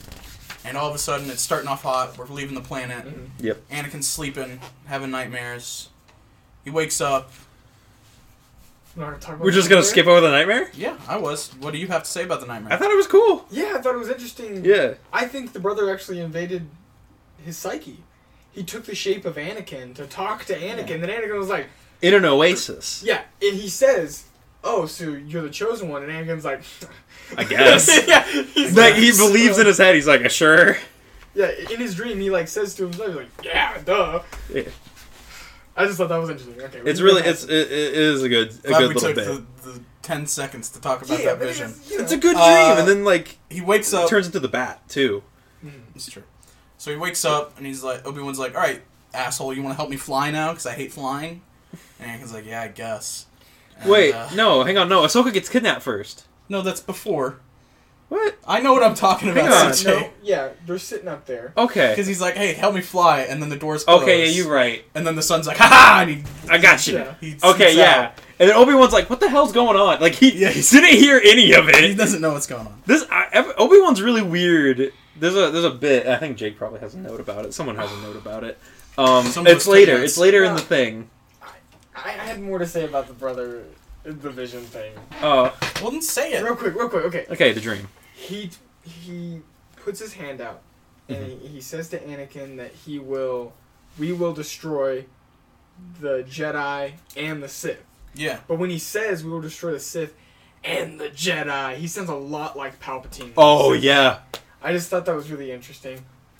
[SPEAKER 1] And all of a sudden, it's starting off hot. We're leaving the planet.
[SPEAKER 4] Yep.
[SPEAKER 1] Anakin's sleeping, having nightmares. He wakes up.
[SPEAKER 2] We're not gonna talk about
[SPEAKER 4] We're just
[SPEAKER 2] that
[SPEAKER 4] gonna
[SPEAKER 2] later?
[SPEAKER 4] skip over the nightmare.
[SPEAKER 1] Yeah, I was. What do you have to say about the nightmare?
[SPEAKER 4] I thought it was cool.
[SPEAKER 2] Yeah, I thought it was interesting.
[SPEAKER 4] Yeah.
[SPEAKER 2] I think the brother actually invaded his psyche. He took the shape of Anakin to talk to Anakin. Then Anakin was like,
[SPEAKER 4] In an oasis,
[SPEAKER 2] "Yeah," and he says, "Oh, so you're the chosen one." And Anakin's like,
[SPEAKER 4] I guess.
[SPEAKER 2] yeah, he's
[SPEAKER 4] like he believes
[SPEAKER 2] uh,
[SPEAKER 4] in his head. He's like, sure.
[SPEAKER 2] Yeah, in his dream, he like says to himself, he's like, "Yeah, duh."
[SPEAKER 4] Yeah.
[SPEAKER 2] I just thought that was interesting. Okay, we
[SPEAKER 4] It's
[SPEAKER 2] can
[SPEAKER 4] really
[SPEAKER 2] go
[SPEAKER 4] it's it, it is a good a
[SPEAKER 1] Glad
[SPEAKER 4] good
[SPEAKER 1] we
[SPEAKER 4] little
[SPEAKER 1] took
[SPEAKER 4] bit.
[SPEAKER 1] The, the ten seconds to talk
[SPEAKER 2] back.
[SPEAKER 1] about
[SPEAKER 2] yeah,
[SPEAKER 1] that
[SPEAKER 2] but
[SPEAKER 1] vision.
[SPEAKER 2] It's, you know,
[SPEAKER 4] It's a good dream,
[SPEAKER 1] Uh,
[SPEAKER 4] and then like
[SPEAKER 1] He wakes
[SPEAKER 4] it
[SPEAKER 1] up.
[SPEAKER 4] turns into the bat too.
[SPEAKER 1] It's true. So he wakes up and he's like, Obi Wan's like, all right, asshole, you want to help me fly now? Because I hate flying. And Anakin's like, yeah, I guess. And,
[SPEAKER 4] Wait,
[SPEAKER 1] uh,
[SPEAKER 4] no, hang on, no. Ahsoka gets kidnapped first.
[SPEAKER 1] no, that's before.
[SPEAKER 4] What?
[SPEAKER 1] I know what I'm talking about,
[SPEAKER 4] on,
[SPEAKER 1] CJ.
[SPEAKER 2] no, yeah, they're sitting up there.
[SPEAKER 4] Okay.
[SPEAKER 1] Because he's like, hey, help me fly. And then the doors close.
[SPEAKER 4] Okay, yeah, you're right.
[SPEAKER 1] And then the son's like, ha ha! And he,
[SPEAKER 4] I got you.
[SPEAKER 2] Yeah.
[SPEAKER 1] he
[SPEAKER 4] Okay,
[SPEAKER 1] sneaks
[SPEAKER 4] yeah.
[SPEAKER 1] out.
[SPEAKER 4] And then Obi Wan's like, "What the hell's going on?" Like he,
[SPEAKER 1] Yeah,
[SPEAKER 4] he
[SPEAKER 1] he's-
[SPEAKER 4] didn't hear any of
[SPEAKER 1] He
[SPEAKER 4] it.
[SPEAKER 1] doesn't know what's going on.
[SPEAKER 4] This Obi Wan's really weird. There's a there's a bit. I think Jake probably has a note about it. Someone has a note about it. Um,
[SPEAKER 1] Someone
[SPEAKER 4] it's
[SPEAKER 1] was
[SPEAKER 4] later.
[SPEAKER 1] taking
[SPEAKER 4] It's
[SPEAKER 1] notes.
[SPEAKER 4] later in
[SPEAKER 2] Yeah.
[SPEAKER 4] the thing.
[SPEAKER 2] I, I had more to say about the brother, the vision thing.
[SPEAKER 4] Oh,
[SPEAKER 1] Well, then say it.
[SPEAKER 2] Real quick, real quick. Okay,
[SPEAKER 4] okay, the dream.
[SPEAKER 2] he he puts his hand out, and
[SPEAKER 4] Mm-hmm.
[SPEAKER 2] he, he says to Anakin that he will, we will destroy the Jedi and the Sith.
[SPEAKER 1] Yeah.
[SPEAKER 2] But when he says we will destroy the Sith and the Jedi, he sounds a lot like Palpatine.
[SPEAKER 4] Oh yeah,
[SPEAKER 2] I just thought that was really interesting.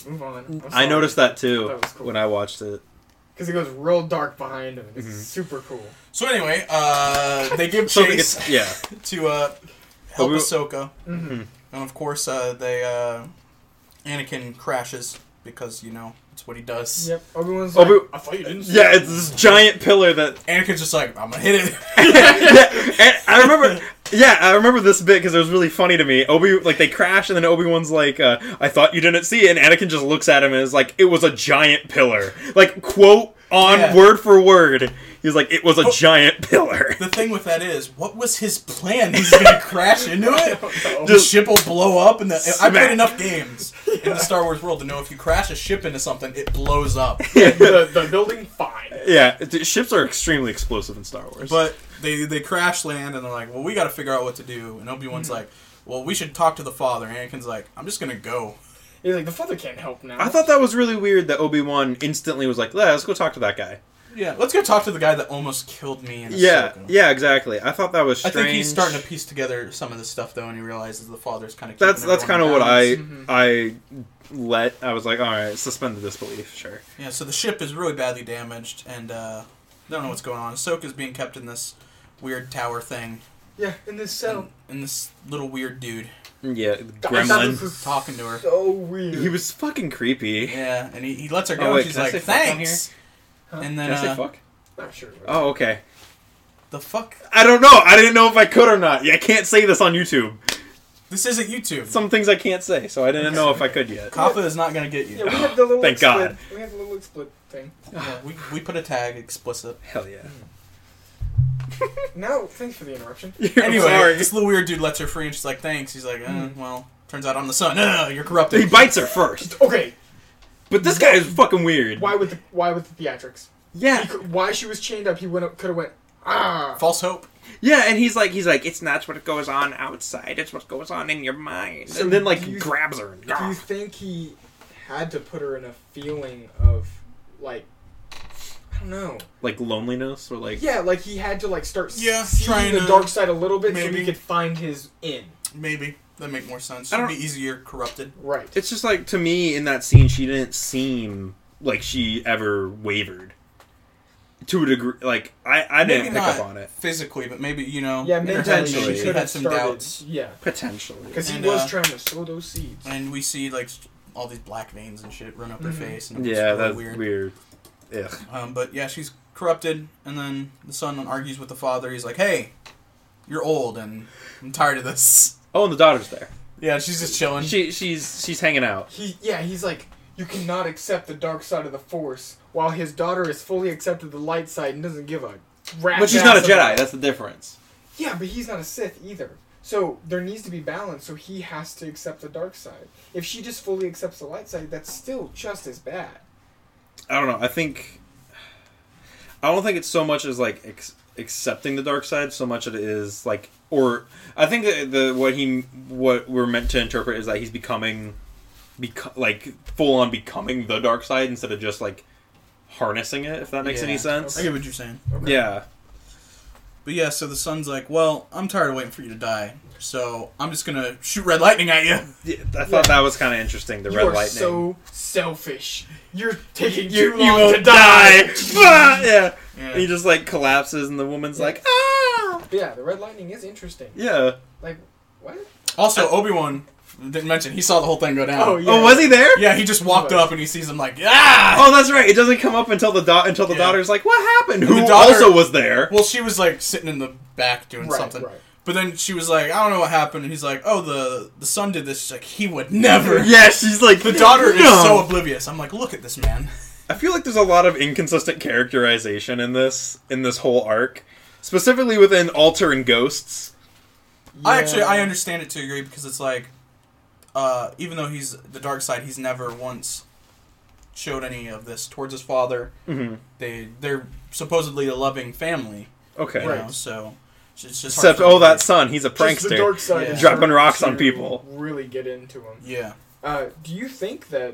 [SPEAKER 2] Move on.
[SPEAKER 4] I noticed that too
[SPEAKER 2] That was cool.
[SPEAKER 4] when I watched it.
[SPEAKER 2] because it goes real dark behind him. It's
[SPEAKER 4] Mhm.
[SPEAKER 2] super cool.
[SPEAKER 1] So anyway, uh, they give
[SPEAKER 4] So it
[SPEAKER 1] chase
[SPEAKER 4] gets, yeah, Mm-hmm.
[SPEAKER 1] to uh, help
[SPEAKER 4] Obi-
[SPEAKER 1] Ahsoka.
[SPEAKER 2] Mhm.
[SPEAKER 1] And of course, uh, they uh, Anakin crashes because you know it's what he does.
[SPEAKER 2] Yep. Obi Wan's
[SPEAKER 4] Obi-
[SPEAKER 2] like, I thought you didn't. say
[SPEAKER 4] yeah. It's this giant pillar that
[SPEAKER 1] Anakin's just like, I'm gonna hit it.
[SPEAKER 4] yeah, and I remember. Yeah, I remember this bit because it was really funny to me. Obi like they crash, and then Obi Wan's like, uh, "I thought you didn't see," it. and Anakin just looks at him and is like, "It was a giant pillar." Like quote on
[SPEAKER 1] Yeah.
[SPEAKER 4] word for word, he's like, "It was a giant pillar."
[SPEAKER 1] the thing with that is, what was his plan? He's gonna crash into it.
[SPEAKER 4] Oh,
[SPEAKER 2] no.
[SPEAKER 1] The ship will blow up, and the, I
[SPEAKER 4] Smack.
[SPEAKER 1] played enough games in the Star Wars world to know if you crash a ship into something, it blows up.
[SPEAKER 2] the, the building fine.
[SPEAKER 4] Yeah, it- ships are extremely explosive in Star Wars.
[SPEAKER 1] But they they crash land and they're like, well, we got to figure out what to do. And Obi Wan's like, well, we should talk to the father. And Anakin's like, I'm just gonna go.
[SPEAKER 2] He's like the father can't help now.
[SPEAKER 4] I thought that was really weird that Obi Wan instantly was like, "Yeah, "Let's go talk to that guy."
[SPEAKER 1] Yeah, let's go talk to the guy that almost killed me. In Ahsoka.
[SPEAKER 4] Yeah, yeah, exactly. I thought that was
[SPEAKER 1] I
[SPEAKER 4] strange.
[SPEAKER 1] think he's starting to piece together some of this stuff though, and he realizes the father's kind of.
[SPEAKER 4] That's that's kind of what I
[SPEAKER 2] Mm-hmm.
[SPEAKER 4] I let. I was like, "All right, suspend the disbelief." Sure.
[SPEAKER 1] Yeah, so the ship is really badly damaged, and uh, don't know what's going on. Ahsoka's being kept in this weird tower thing,
[SPEAKER 2] Yeah, in this cell.
[SPEAKER 1] And, and this little weird dude
[SPEAKER 4] Yeah,
[SPEAKER 2] I thought this
[SPEAKER 4] Gremlin.
[SPEAKER 2] was
[SPEAKER 1] talking to her.
[SPEAKER 2] So weird.
[SPEAKER 4] He was fucking creepy.
[SPEAKER 1] Yeah, and he, he lets her
[SPEAKER 4] Oh,
[SPEAKER 1] go.
[SPEAKER 4] wait,
[SPEAKER 1] and she's
[SPEAKER 4] can I
[SPEAKER 1] like,
[SPEAKER 4] say fuck on
[SPEAKER 1] thanks.
[SPEAKER 2] Huh?
[SPEAKER 1] And
[SPEAKER 4] Did
[SPEAKER 1] then
[SPEAKER 4] I say
[SPEAKER 1] uh,
[SPEAKER 4] fuck?
[SPEAKER 2] Not sure.
[SPEAKER 4] Oh, okay.
[SPEAKER 1] the fuck.
[SPEAKER 4] I don't know. I didn't know if I could or not. Yeah, I can't say this on YouTube.
[SPEAKER 1] This isn't YouTube.
[SPEAKER 4] Some things I can't say, so I didn't know if I could yet.
[SPEAKER 1] Kappa is not gonna get you.
[SPEAKER 2] Yeah, we have the little
[SPEAKER 4] Thank
[SPEAKER 2] split.
[SPEAKER 4] God.
[SPEAKER 2] We have the little split thing.
[SPEAKER 1] Yeah, we, we put a tag explicit.
[SPEAKER 4] Hell yeah.
[SPEAKER 2] No, thanks for the interruption.
[SPEAKER 1] Anyway,
[SPEAKER 4] anyway,
[SPEAKER 1] this little weird dude lets her free, and she's like, "Thanks." He's like, eh, "Well, turns out I'm the son. No, you're corrupted."
[SPEAKER 4] Hmm. he bites her first.
[SPEAKER 2] Okay,
[SPEAKER 4] But this guy is fucking weird.
[SPEAKER 2] why with the why with the theatrics? He
[SPEAKER 4] Yeah,
[SPEAKER 2] could, why she was chained up? He would could have went ah.
[SPEAKER 1] False hope.
[SPEAKER 4] yeah, and he's like, he's like, it's not what goes on outside; it's what goes on in your mind.
[SPEAKER 2] So
[SPEAKER 4] and then like
[SPEAKER 2] do you-
[SPEAKER 4] grabs her. And,
[SPEAKER 2] Do
[SPEAKER 1] Ah.
[SPEAKER 2] you think he had to put her in a feeling of like I don't know?
[SPEAKER 4] like loneliness or like
[SPEAKER 2] Yeah, like he had to like start s-
[SPEAKER 1] Yeah, trying
[SPEAKER 2] seeing the
[SPEAKER 1] to-
[SPEAKER 2] dark side a little bit so
[SPEAKER 1] maybe.
[SPEAKER 2] he could find his in.
[SPEAKER 1] Maybe that make more sense.
[SPEAKER 4] I
[SPEAKER 1] It'd
[SPEAKER 4] don't-
[SPEAKER 1] be easier corrupted.
[SPEAKER 2] Right.
[SPEAKER 4] it's just like to me in that scene she didn't seem like she ever wavered to a degree like i i didn't
[SPEAKER 1] Maybe
[SPEAKER 4] pick
[SPEAKER 1] not
[SPEAKER 4] up on it
[SPEAKER 1] physically, but maybe you know,
[SPEAKER 2] yeah,
[SPEAKER 1] in her head,
[SPEAKER 2] mentally
[SPEAKER 1] maybe
[SPEAKER 4] potentially.
[SPEAKER 2] she
[SPEAKER 1] she
[SPEAKER 2] could
[SPEAKER 1] had
[SPEAKER 2] have
[SPEAKER 1] some
[SPEAKER 2] started.
[SPEAKER 1] doubts.
[SPEAKER 2] Yeah,
[SPEAKER 4] potentially
[SPEAKER 2] because he
[SPEAKER 1] And,
[SPEAKER 2] was
[SPEAKER 1] uh,
[SPEAKER 2] trying to sow those seeds.
[SPEAKER 1] And we see like all these black veins and shit run up her
[SPEAKER 2] Mhm.
[SPEAKER 1] face. And it's
[SPEAKER 4] yeah
[SPEAKER 1] really
[SPEAKER 4] that's
[SPEAKER 1] weird.
[SPEAKER 4] weird, Ugh.
[SPEAKER 1] Um, but yeah, she's corrupted, and then the son argues with the father. He's like, "Hey, you're old, and I'm tired of this."
[SPEAKER 4] oh and the daughter's there
[SPEAKER 1] Yeah, she's just chilling.
[SPEAKER 4] she she's she's hanging out
[SPEAKER 2] He yeah, he's like you cannot accept the dark side of the force while his daughter is fully accepted the light side and doesn't give a rat.
[SPEAKER 4] but she's not a
[SPEAKER 2] ass about
[SPEAKER 4] jedi
[SPEAKER 2] it.
[SPEAKER 4] that's the difference
[SPEAKER 2] Yeah, but he's not a Sith either. So there needs to be balance. So he has to accept the dark side. If she just fully accepts the light side, that's still just as bad.
[SPEAKER 4] i don't know i think i don't think it's so much as like ex- accepting the dark side so much it is like or i think that the what he what we're meant to interpret is that he's becoming beco- like full on becoming the dark side instead of just like harnessing it if that makes
[SPEAKER 1] Yeah.
[SPEAKER 4] any sense
[SPEAKER 1] I get what you're saying.
[SPEAKER 4] yeah
[SPEAKER 1] But yeah, so the son's like, "Well, I'm tired of waiting for you to die, so I'm just gonna shoot red lightning at you."
[SPEAKER 4] Yeah, i thought
[SPEAKER 2] Yeah.
[SPEAKER 4] that was kind of interesting the
[SPEAKER 2] you
[SPEAKER 4] red
[SPEAKER 2] are
[SPEAKER 4] lightning
[SPEAKER 2] so selfish. You're taking too
[SPEAKER 4] you, you
[SPEAKER 2] long to
[SPEAKER 4] won't
[SPEAKER 2] die.
[SPEAKER 4] die, Ah! yeah. And he
[SPEAKER 1] Yeah.
[SPEAKER 4] just like collapses and the woman's
[SPEAKER 2] Yeah.
[SPEAKER 4] like ah
[SPEAKER 2] Yeah, the red lightning is interesting.
[SPEAKER 4] yeah
[SPEAKER 2] Like what?
[SPEAKER 1] Also, Obi Wan didn't mention he saw the whole thing go down.
[SPEAKER 2] Oh, yeah.
[SPEAKER 4] oh was he there
[SPEAKER 1] Yeah, he just walked
[SPEAKER 2] was.
[SPEAKER 1] up and he sees him like, "Ah!" "Yeah."
[SPEAKER 4] Oh, that's right. It doesn't come up until the da- until the
[SPEAKER 1] Yeah.
[SPEAKER 4] daughter's like, "What happened?"
[SPEAKER 1] And the
[SPEAKER 4] Who
[SPEAKER 1] daughter-
[SPEAKER 4] also was there?
[SPEAKER 1] Well, she was like sitting in the back doing
[SPEAKER 2] Right,
[SPEAKER 1] something.
[SPEAKER 2] right.
[SPEAKER 1] But then she was like, I don't know what happened. And he's like, oh, the the son did this. She's like, he would never.
[SPEAKER 4] Yeah, she's like
[SPEAKER 1] The daughter is
[SPEAKER 4] "No."
[SPEAKER 1] so oblivious. I'm like, look at this man.
[SPEAKER 4] I feel like there's a lot of inconsistent characterization in this in this whole arc, specifically within Alter and Ghosts.
[SPEAKER 1] I actually
[SPEAKER 2] Yeah.
[SPEAKER 1] I understand it to a degree because it's like, uh, even though he's the dark side, he's never once showed any of this towards his father.
[SPEAKER 2] Mm-hmm.
[SPEAKER 4] Mhm.
[SPEAKER 1] They they're supposedly a loving family,
[SPEAKER 4] Okay.
[SPEAKER 1] you
[SPEAKER 2] Right.
[SPEAKER 1] know. So it's just hard
[SPEAKER 4] Except,
[SPEAKER 1] for me
[SPEAKER 4] oh,
[SPEAKER 1] to-
[SPEAKER 4] that son, he's a
[SPEAKER 2] Just the
[SPEAKER 4] prankster.
[SPEAKER 2] dark side
[SPEAKER 1] Yeah.
[SPEAKER 2] is
[SPEAKER 4] Dropping
[SPEAKER 2] hard
[SPEAKER 4] rocks on
[SPEAKER 2] to
[SPEAKER 4] people.
[SPEAKER 2] Really get into him.
[SPEAKER 1] Yeah,
[SPEAKER 2] Uh, do you think that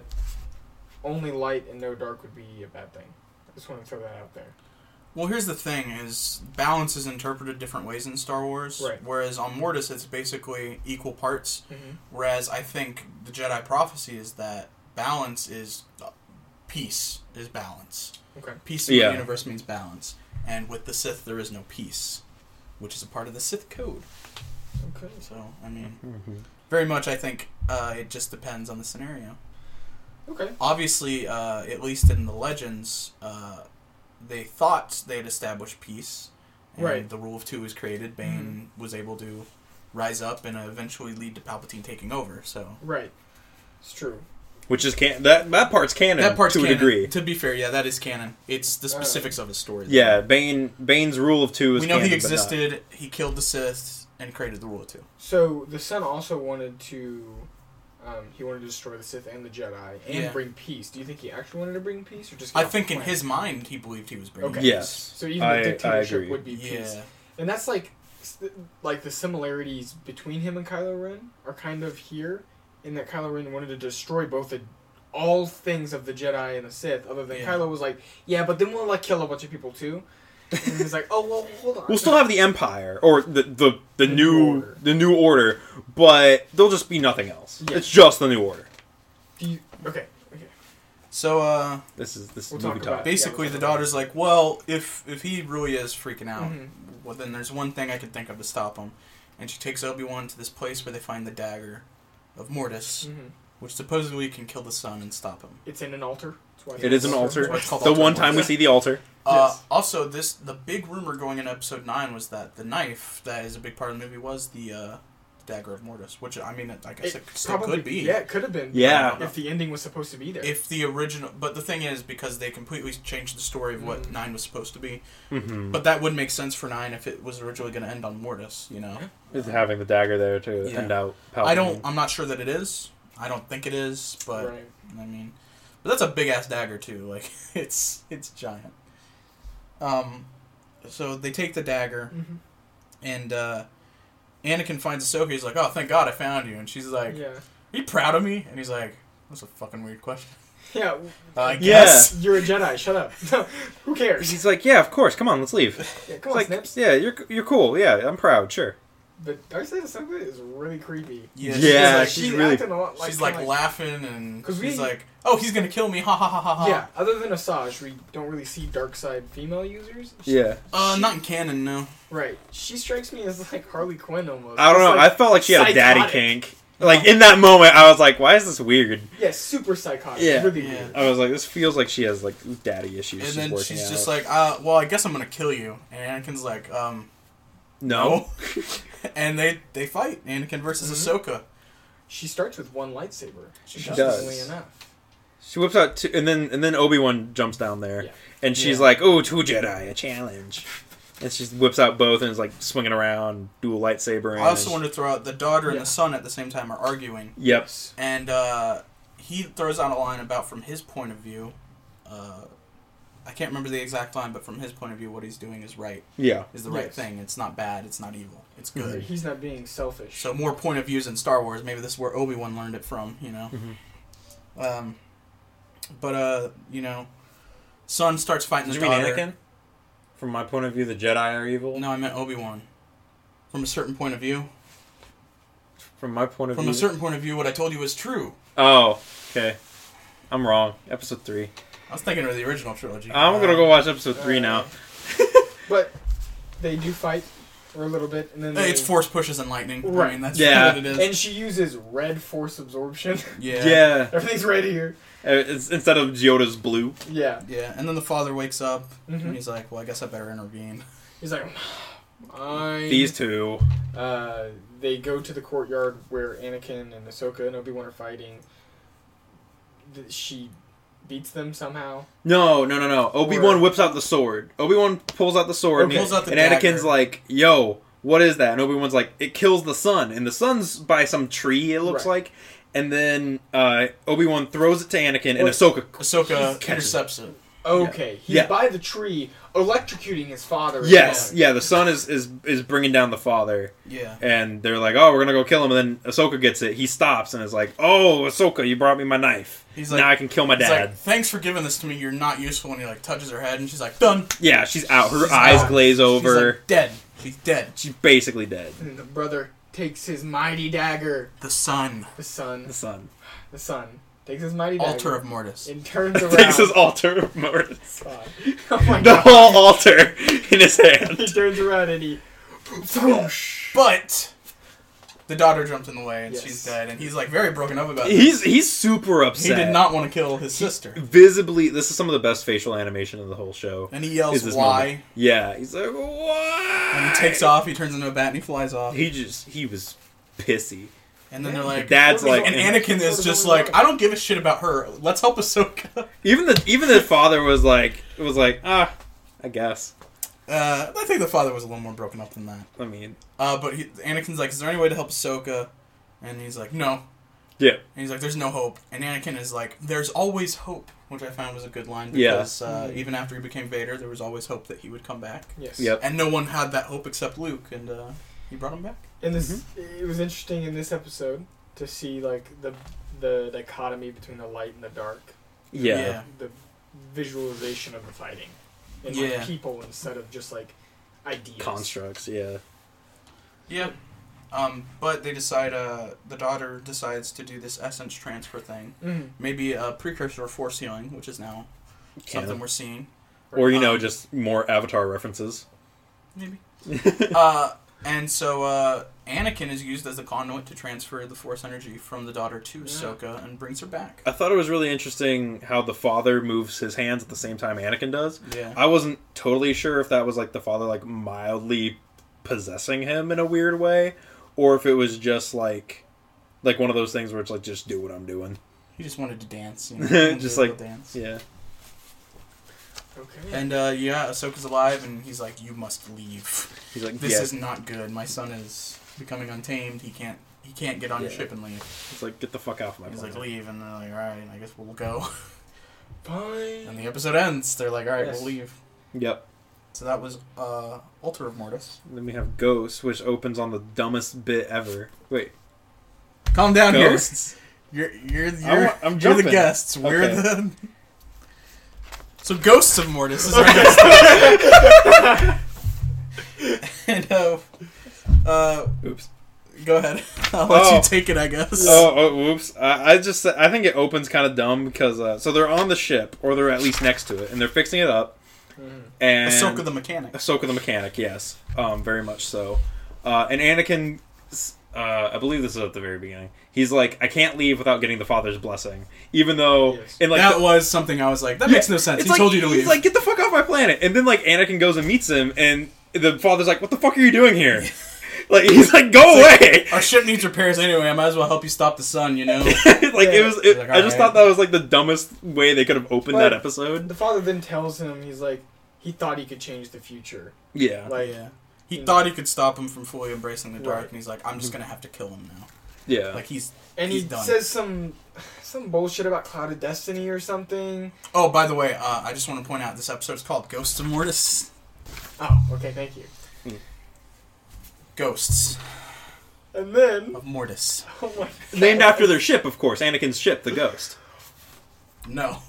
[SPEAKER 2] only light and no dark would be a bad thing? I just want to throw that out there.
[SPEAKER 1] Well, here's the thing: is balance is interpreted different ways in Star Wars.
[SPEAKER 2] Right.
[SPEAKER 1] Whereas on Mortis, it's basically equal parts.
[SPEAKER 2] Mhm.
[SPEAKER 1] Whereas I think the Jedi prophecy is that balance is uh, peace is balance.
[SPEAKER 2] Okay.
[SPEAKER 1] Peace in
[SPEAKER 4] Yeah.
[SPEAKER 1] the universe means balance, and with the Sith, there is no peace, which is a part of the Sith code.
[SPEAKER 2] Okay.
[SPEAKER 1] So I mean,
[SPEAKER 4] Mhm.
[SPEAKER 1] very much I think uh, it just depends on the scenario.
[SPEAKER 2] Okay.
[SPEAKER 1] Obviously, uh, at least in the legends, uh, they thought they had established peace. And
[SPEAKER 2] Right.
[SPEAKER 1] The rule of two was created. Bane was able to rise up and eventually lead to Palpatine taking over. So
[SPEAKER 2] Right. It's true.
[SPEAKER 4] Which is can that that part's canon
[SPEAKER 1] that part's
[SPEAKER 4] to
[SPEAKER 1] canon.
[SPEAKER 4] a degree.
[SPEAKER 1] To be fair, yeah, that is canon. It's the specifics of his story. though.
[SPEAKER 4] Yeah, Bane Bane's rule of two is
[SPEAKER 1] We know
[SPEAKER 4] canon,
[SPEAKER 1] he
[SPEAKER 4] but not-
[SPEAKER 1] existed. He killed the Sith and created the rule of two.
[SPEAKER 2] So the son also wanted to. Um, he wanted to destroy the Sith and the Jedi and
[SPEAKER 1] Yeah.
[SPEAKER 2] bring peace. Do you think he actually wanted to bring peace, or just?
[SPEAKER 1] I
[SPEAKER 2] got
[SPEAKER 1] think in
[SPEAKER 2] planned?
[SPEAKER 1] his mind, he believed he was bringing.
[SPEAKER 2] Okay.
[SPEAKER 1] peace.
[SPEAKER 4] Yes.
[SPEAKER 2] So even the
[SPEAKER 4] I- I
[SPEAKER 2] dictatorship
[SPEAKER 4] agree.
[SPEAKER 2] would be peace,
[SPEAKER 1] Yeah.
[SPEAKER 2] and that's like, s- like the similarities between him and Kylo Ren are kind of here, in that Kylo Ren wanted to destroy both the, all things of the Jedi and the Sith, other than
[SPEAKER 1] Yeah.
[SPEAKER 2] Kylo was like, yeah, but then we'll like kill a bunch of people too, and he's like, oh well, hold on,
[SPEAKER 4] We'll still have the Empire or the the, the,
[SPEAKER 2] new
[SPEAKER 4] new
[SPEAKER 2] order.
[SPEAKER 4] the new order, but there'll just be nothing else.
[SPEAKER 2] Yeah.
[SPEAKER 4] It's just the new order.
[SPEAKER 2] Do you- okay, okay,
[SPEAKER 1] So uh,
[SPEAKER 4] This is this is
[SPEAKER 2] We'll
[SPEAKER 4] movie
[SPEAKER 2] talk about
[SPEAKER 4] talk.
[SPEAKER 2] it.
[SPEAKER 1] basically,
[SPEAKER 2] Yeah,
[SPEAKER 1] the daughter's like, well, if if he really is freaking out,
[SPEAKER 2] Mhm.
[SPEAKER 1] well, then there's one thing I can think of to stop him. And she takes Obi Wan to this place where they find the dagger of Mortis,
[SPEAKER 2] Mm-hmm.
[SPEAKER 1] which supposedly can kill the sun and stop him.
[SPEAKER 2] It's in an altar. That's why
[SPEAKER 4] It is an altar.
[SPEAKER 1] It's called
[SPEAKER 4] The
[SPEAKER 1] altar
[SPEAKER 4] one time we
[SPEAKER 1] Mortis.
[SPEAKER 4] see the altar.
[SPEAKER 1] Uh,
[SPEAKER 2] Yes.
[SPEAKER 1] also, this the big rumor going in episode nine was that the knife that is a big part of the movie was the uh, dagger of Mortis, which I mean, I guess it, still
[SPEAKER 2] probably,
[SPEAKER 1] could be.
[SPEAKER 2] Yeah, it could have been.
[SPEAKER 4] Yeah.
[SPEAKER 2] If the ending was supposed to be there.
[SPEAKER 1] If the original, but the thing is, because they completely changed the story of
[SPEAKER 2] Mm.
[SPEAKER 1] what nine was supposed to be,
[SPEAKER 4] Mm-hmm.
[SPEAKER 1] but that would make sense for nine if it was originally going to end on Mortis. You know,
[SPEAKER 4] Is having the dagger there to
[SPEAKER 1] Yeah.
[SPEAKER 4] end out. Palpatine.
[SPEAKER 1] I don't. I'm not sure that it is. I don't think it is, but
[SPEAKER 2] right.
[SPEAKER 1] I mean, but that's a big ass dagger too. Like it's it's giant. Um, so they take the dagger.
[SPEAKER 2] Mhm.
[SPEAKER 1] and uh, Anakin finds Ahsoka. He's like, "Oh, thank God I found you." And she's like,
[SPEAKER 2] yeah.
[SPEAKER 1] "Are you proud of me?" And he's like, "That's a fucking weird question."
[SPEAKER 2] Yeah. w-
[SPEAKER 1] I
[SPEAKER 4] Yeah.
[SPEAKER 1] guess.
[SPEAKER 2] You're a Jedi. Shut up. Who cares?
[SPEAKER 4] He's like, yeah, of course. Come on, let's leave.
[SPEAKER 2] Yeah, come
[SPEAKER 4] It's
[SPEAKER 2] on,
[SPEAKER 4] like,
[SPEAKER 2] Snips.
[SPEAKER 4] yeah, you're you're cool. Yeah, I'm proud. Sure.
[SPEAKER 2] But Darth Side Ahsoka is really creepy.
[SPEAKER 1] Yeah.
[SPEAKER 4] Yeah.
[SPEAKER 1] She's like,
[SPEAKER 4] she's really-
[SPEAKER 2] acting a lot like
[SPEAKER 1] she's like,
[SPEAKER 2] kinda
[SPEAKER 1] laughing and
[SPEAKER 2] 'Cause
[SPEAKER 1] she's
[SPEAKER 2] we-
[SPEAKER 1] like, "Oh, he's gonna kill me!" Ha ha ha ha ha.
[SPEAKER 2] yeah. Other than Asajj, we don't really see dark side female users. She-
[SPEAKER 4] Yeah.
[SPEAKER 1] Uh, not in canon, no.
[SPEAKER 2] Right. She strikes me as like Harley Quinn almost.
[SPEAKER 4] I don't
[SPEAKER 2] Just
[SPEAKER 4] know.
[SPEAKER 2] Like,
[SPEAKER 4] I felt like she had a daddy
[SPEAKER 2] psychotic.
[SPEAKER 4] kink. Like in that moment, I was like, why is this weird?
[SPEAKER 2] yeah, super psychotic.
[SPEAKER 4] Yeah.
[SPEAKER 2] Really
[SPEAKER 1] Yeah.
[SPEAKER 2] weird.
[SPEAKER 4] I was like, this feels like she has like daddy issues.
[SPEAKER 1] And
[SPEAKER 4] she's
[SPEAKER 1] then
[SPEAKER 4] working
[SPEAKER 1] she's
[SPEAKER 4] out.
[SPEAKER 1] just like, uh, "Well, I guess I'm gonna kill you." And Anakin's like, "Um,
[SPEAKER 4] no.
[SPEAKER 1] and they they fight Anakin versus
[SPEAKER 2] Mm-hmm.
[SPEAKER 1] Ahsoka.
[SPEAKER 2] She starts with one lightsaber.
[SPEAKER 1] does.
[SPEAKER 2] Interestingly enough.
[SPEAKER 4] She whips out two, and then and then Obi Wan jumps down there,
[SPEAKER 2] Yeah.
[SPEAKER 4] and she's
[SPEAKER 1] Yeah.
[SPEAKER 4] like, "Oh, two Jedi, a challenge," and she whips out both and is like swinging around, dual lightsaber.
[SPEAKER 1] I also want to throw out the daughter and
[SPEAKER 2] Yeah.
[SPEAKER 1] the son at the same time are arguing.
[SPEAKER 4] Yep.
[SPEAKER 1] and uh, he throws out a line about from his point of view. Uh, I can't remember the exact line, but from his point of view, what he's doing is right,
[SPEAKER 4] Yeah.
[SPEAKER 1] is the right
[SPEAKER 2] Yes.
[SPEAKER 1] thing. It's not bad. It's not evil. It's good.
[SPEAKER 2] He's not being selfish.
[SPEAKER 1] So more point of views in Star Wars. Maybe this is where Obi Wan learned it from. You know.
[SPEAKER 4] Mhm.
[SPEAKER 1] Um, but uh, you know, son starts fighting
[SPEAKER 4] Did
[SPEAKER 1] the
[SPEAKER 4] you mean
[SPEAKER 1] daughter.
[SPEAKER 4] Anakin? From my point of view, the Jedi are evil.
[SPEAKER 1] No, I meant Obi Wan. From a certain point of view.
[SPEAKER 4] From my point of
[SPEAKER 1] From
[SPEAKER 4] view.
[SPEAKER 1] a certain point of view, what I told you was true.
[SPEAKER 4] oh, okay. I'm wrong. Episode three.
[SPEAKER 1] I was thinking of the original trilogy.
[SPEAKER 4] I'm gonna
[SPEAKER 1] Uh,
[SPEAKER 4] go watch episode three now.
[SPEAKER 2] But they do fight for a little bit, and then
[SPEAKER 1] Hey,
[SPEAKER 2] they,
[SPEAKER 1] Uh, It's force pushes and lightning. I
[SPEAKER 2] Right.
[SPEAKER 1] mean, that's
[SPEAKER 4] Yeah.
[SPEAKER 1] what it is.
[SPEAKER 2] And she uses red force absorption.
[SPEAKER 1] yeah.
[SPEAKER 4] Yeah. yeah.
[SPEAKER 2] Everything's red here.
[SPEAKER 4] Uh, It's, instead of Yoda's blue.
[SPEAKER 2] Yeah.
[SPEAKER 1] Yeah, and then the father wakes up
[SPEAKER 2] Mhm.
[SPEAKER 4] Mm-hmm.
[SPEAKER 1] and he's like, "Well, I guess I better intervene."
[SPEAKER 2] He's like, I.
[SPEAKER 4] These two.
[SPEAKER 2] Uh, they go to the courtyard where Anakin and Ahsoka and Obi Wan are fighting. Th- She beats them somehow.
[SPEAKER 4] No, no, no, no. Obi Wan
[SPEAKER 2] Or-
[SPEAKER 4] whips out the sword. Obi Wan pulls out the sword,
[SPEAKER 1] Or
[SPEAKER 4] and,
[SPEAKER 1] pulls out the
[SPEAKER 4] and Anakin's
[SPEAKER 1] dagger.
[SPEAKER 4] like, "Yo, what is that?" And Obi Wan's like, "It kills the sun," and the sun's by some tree. It looks
[SPEAKER 2] Right.
[SPEAKER 4] like, and then uh, Obi Wan throws it to Anakin, and
[SPEAKER 2] Or-
[SPEAKER 4] Ahsoka.
[SPEAKER 1] Ahsoka
[SPEAKER 4] Catches
[SPEAKER 1] intercepts it.
[SPEAKER 2] Okay, he's
[SPEAKER 4] Yeah.
[SPEAKER 2] by the tree, electrocuting his father. and
[SPEAKER 4] Yes,
[SPEAKER 2] mom.
[SPEAKER 4] yeah, the sun is is is bringing down the father,
[SPEAKER 1] Yeah,
[SPEAKER 4] and they're like, "Oh, we're gonna go kill him." And then Ahsoka gets it. He stops and is like, "Oh, Ahsoka, you brought me my knife.
[SPEAKER 1] He's like-
[SPEAKER 4] now I can kill my
[SPEAKER 1] he's
[SPEAKER 4] dad."
[SPEAKER 1] like, "Thanks for giving this to me. You're not useful." And he like touches her head, and she's like, "Done."
[SPEAKER 4] yeah, she's out. Her
[SPEAKER 1] She's
[SPEAKER 4] eyes
[SPEAKER 1] out.
[SPEAKER 4] glaze
[SPEAKER 1] She's
[SPEAKER 4] over.
[SPEAKER 1] like, dead. She's dead.
[SPEAKER 4] She's basically dead.
[SPEAKER 2] And the brother takes his mighty dagger.
[SPEAKER 1] The sun,
[SPEAKER 2] The son,
[SPEAKER 4] The sun
[SPEAKER 2] the son takes his mighty dagger
[SPEAKER 1] altar of Mortis.
[SPEAKER 2] and turns around.
[SPEAKER 4] takes his altar of Mortis.
[SPEAKER 2] God. Oh my
[SPEAKER 4] the
[SPEAKER 2] god!
[SPEAKER 4] whole altar in his
[SPEAKER 2] He
[SPEAKER 4] hand.
[SPEAKER 2] turns around and he.
[SPEAKER 1] But the daughter jumps in the way, and
[SPEAKER 2] Yes.
[SPEAKER 1] she's dead. And he's like very broken up about it.
[SPEAKER 4] He's he's super
[SPEAKER 1] He
[SPEAKER 4] upset.
[SPEAKER 1] did not want to kill his sister,
[SPEAKER 4] visibly. This is some of the best facial animation of the whole show.
[SPEAKER 1] and he
[SPEAKER 4] Is
[SPEAKER 1] yells,
[SPEAKER 4] this
[SPEAKER 1] "Why?"
[SPEAKER 4] moment. Yeah, he's like why?
[SPEAKER 1] And he takes off. He turns into a bat, and he flies off.
[SPEAKER 4] He just he was pissy.
[SPEAKER 1] And then they're like,
[SPEAKER 4] Dad's like,
[SPEAKER 1] and Anakin is just like, I don't give a shit about her. Let's help Ahsoka.
[SPEAKER 4] even the even the father was like was like ah, I guess.
[SPEAKER 1] Uh, I think the father was a little more broken up than that.
[SPEAKER 4] I mean,
[SPEAKER 1] Uh, but he, Anakin's like, "Is there any way to help Ahsoka?" And he's like, "No."
[SPEAKER 4] yeah,
[SPEAKER 1] And he's like, "There's no hope." And Anakin is like, "There's always hope," which I found was a good line
[SPEAKER 4] Yeah.
[SPEAKER 1] because uh, even after he became Vader, there was always hope that he would come back,
[SPEAKER 2] Yes.
[SPEAKER 4] Yep.
[SPEAKER 1] and no one had that hope except Luke, and uh, he brought him back.
[SPEAKER 2] And this, it was interesting in this episode to see like the the dichotomy between the light and the dark,
[SPEAKER 4] yeah,
[SPEAKER 2] the visualization of the fighting, and
[SPEAKER 1] Yeah.
[SPEAKER 2] like people instead of just like ideas.
[SPEAKER 4] Constructs, yeah.
[SPEAKER 1] yeah. Um, but they decide. Uh, the daughter decides to do this essence transfer thing,
[SPEAKER 2] Mhm.
[SPEAKER 1] maybe a precursor of force healing, which is now something
[SPEAKER 4] Canon.
[SPEAKER 1] we're seeing.
[SPEAKER 4] Or you know,
[SPEAKER 1] Um,
[SPEAKER 4] just more Avatar references.
[SPEAKER 1] Maybe. uh, and so uh, Anakin is used as a conduit to transfer the Force energy from the daughter to Ahsoka and brings her back.
[SPEAKER 4] I thought it was really interesting how the father moves his hands at the same time Anakin does.
[SPEAKER 1] Yeah.
[SPEAKER 4] I wasn't totally sure if that was like the father like mildly possessing him in a weird way, or if it was just like like one of those things where it's like just do what I'm doing.
[SPEAKER 1] He just wanted to dance, you know,
[SPEAKER 4] Just
[SPEAKER 1] do a
[SPEAKER 4] like-
[SPEAKER 1] little dance.
[SPEAKER 4] Yeah.
[SPEAKER 2] Okay.
[SPEAKER 1] And uh, yeah, Ahsoka's alive, and he's like, "You must leave.
[SPEAKER 4] He's like
[SPEAKER 1] This
[SPEAKER 4] yeah.
[SPEAKER 1] is not good. My son is becoming untamed. He can't. He can't get on your
[SPEAKER 4] Yeah.
[SPEAKER 1] ship and leave."
[SPEAKER 4] He's like get the fuck off my
[SPEAKER 1] He's like,
[SPEAKER 4] planet.
[SPEAKER 1] "Leave," and they're like, "All right, I guess we'll go."
[SPEAKER 2] Fine.
[SPEAKER 1] And the episode ends. They're like, "All right,
[SPEAKER 2] Yes.
[SPEAKER 1] we'll leave."
[SPEAKER 4] yep.
[SPEAKER 1] So that was uh, Altar of Mortis.
[SPEAKER 4] Then we have Ghosts, which opens on the dumbest bit ever. Wait,
[SPEAKER 1] Calm down,
[SPEAKER 4] Ghosts?
[SPEAKER 1] here. You're you're
[SPEAKER 4] I'm-
[SPEAKER 1] you're,
[SPEAKER 4] I'm
[SPEAKER 1] you're the
[SPEAKER 4] jumping.
[SPEAKER 1] guests. We're
[SPEAKER 4] Okay.
[SPEAKER 1] the. So Ghosts of Mortis is our guest. and uh, uh,
[SPEAKER 4] oops.
[SPEAKER 1] go ahead. I'll let
[SPEAKER 4] Oh.
[SPEAKER 1] you take it. I guess.
[SPEAKER 4] Oh, oh oops. I, I just I think it opens kind of dumb because uh, so they're on the ship or they're at least next to it and they're fixing it up. And
[SPEAKER 1] Ahsoka Mm-hmm. the mechanic.
[SPEAKER 4] Ahsoka the mechanic, yes, um, very much so. Uh, and Anakin, s- uh, I believe this is at the very beginning. He's like, I can't leave without getting the father's blessing, even though
[SPEAKER 2] Yes.
[SPEAKER 4] and like
[SPEAKER 1] that
[SPEAKER 4] the-
[SPEAKER 1] was something I was like, that
[SPEAKER 4] Yeah,
[SPEAKER 1] makes no sense.
[SPEAKER 4] it's
[SPEAKER 1] He
[SPEAKER 4] like,
[SPEAKER 1] told you to
[SPEAKER 4] he's
[SPEAKER 1] leave.
[SPEAKER 4] like, get the fuck off my planet. And then like Anakin goes and meets him, and the father's like, what the fuck are you doing here? like he's like, go away.
[SPEAKER 1] Our ship needs repairs anyway. I might as well help you stop the sun. You know.
[SPEAKER 4] like it was. It,
[SPEAKER 1] He's like,
[SPEAKER 4] I just
[SPEAKER 1] "Alright."
[SPEAKER 4] thought that was like the dumbest way they could have opened
[SPEAKER 2] But-
[SPEAKER 4] that episode.
[SPEAKER 2] The father then tells him he's like he thought he could change the future.
[SPEAKER 4] Yeah,
[SPEAKER 2] Like
[SPEAKER 1] yeah. He thought he could stop him from fully embracing the dark,
[SPEAKER 2] Right.
[SPEAKER 1] and he's like, "I'm just gonna have to kill him now."
[SPEAKER 4] yeah.
[SPEAKER 1] Like he's
[SPEAKER 2] and
[SPEAKER 1] he's
[SPEAKER 2] he
[SPEAKER 1] done.
[SPEAKER 2] says some some bullshit about Cloud of Destiny or something.
[SPEAKER 1] Oh, by the way, uh, I just want to point out this episode's called Ghosts of Mortis.
[SPEAKER 2] Oh, okay, thank you.
[SPEAKER 1] Ghosts
[SPEAKER 2] And then
[SPEAKER 1] of Mortis.
[SPEAKER 2] oh my
[SPEAKER 4] Named after their ship, of course. Anakin's ship, the Ghost.
[SPEAKER 1] No.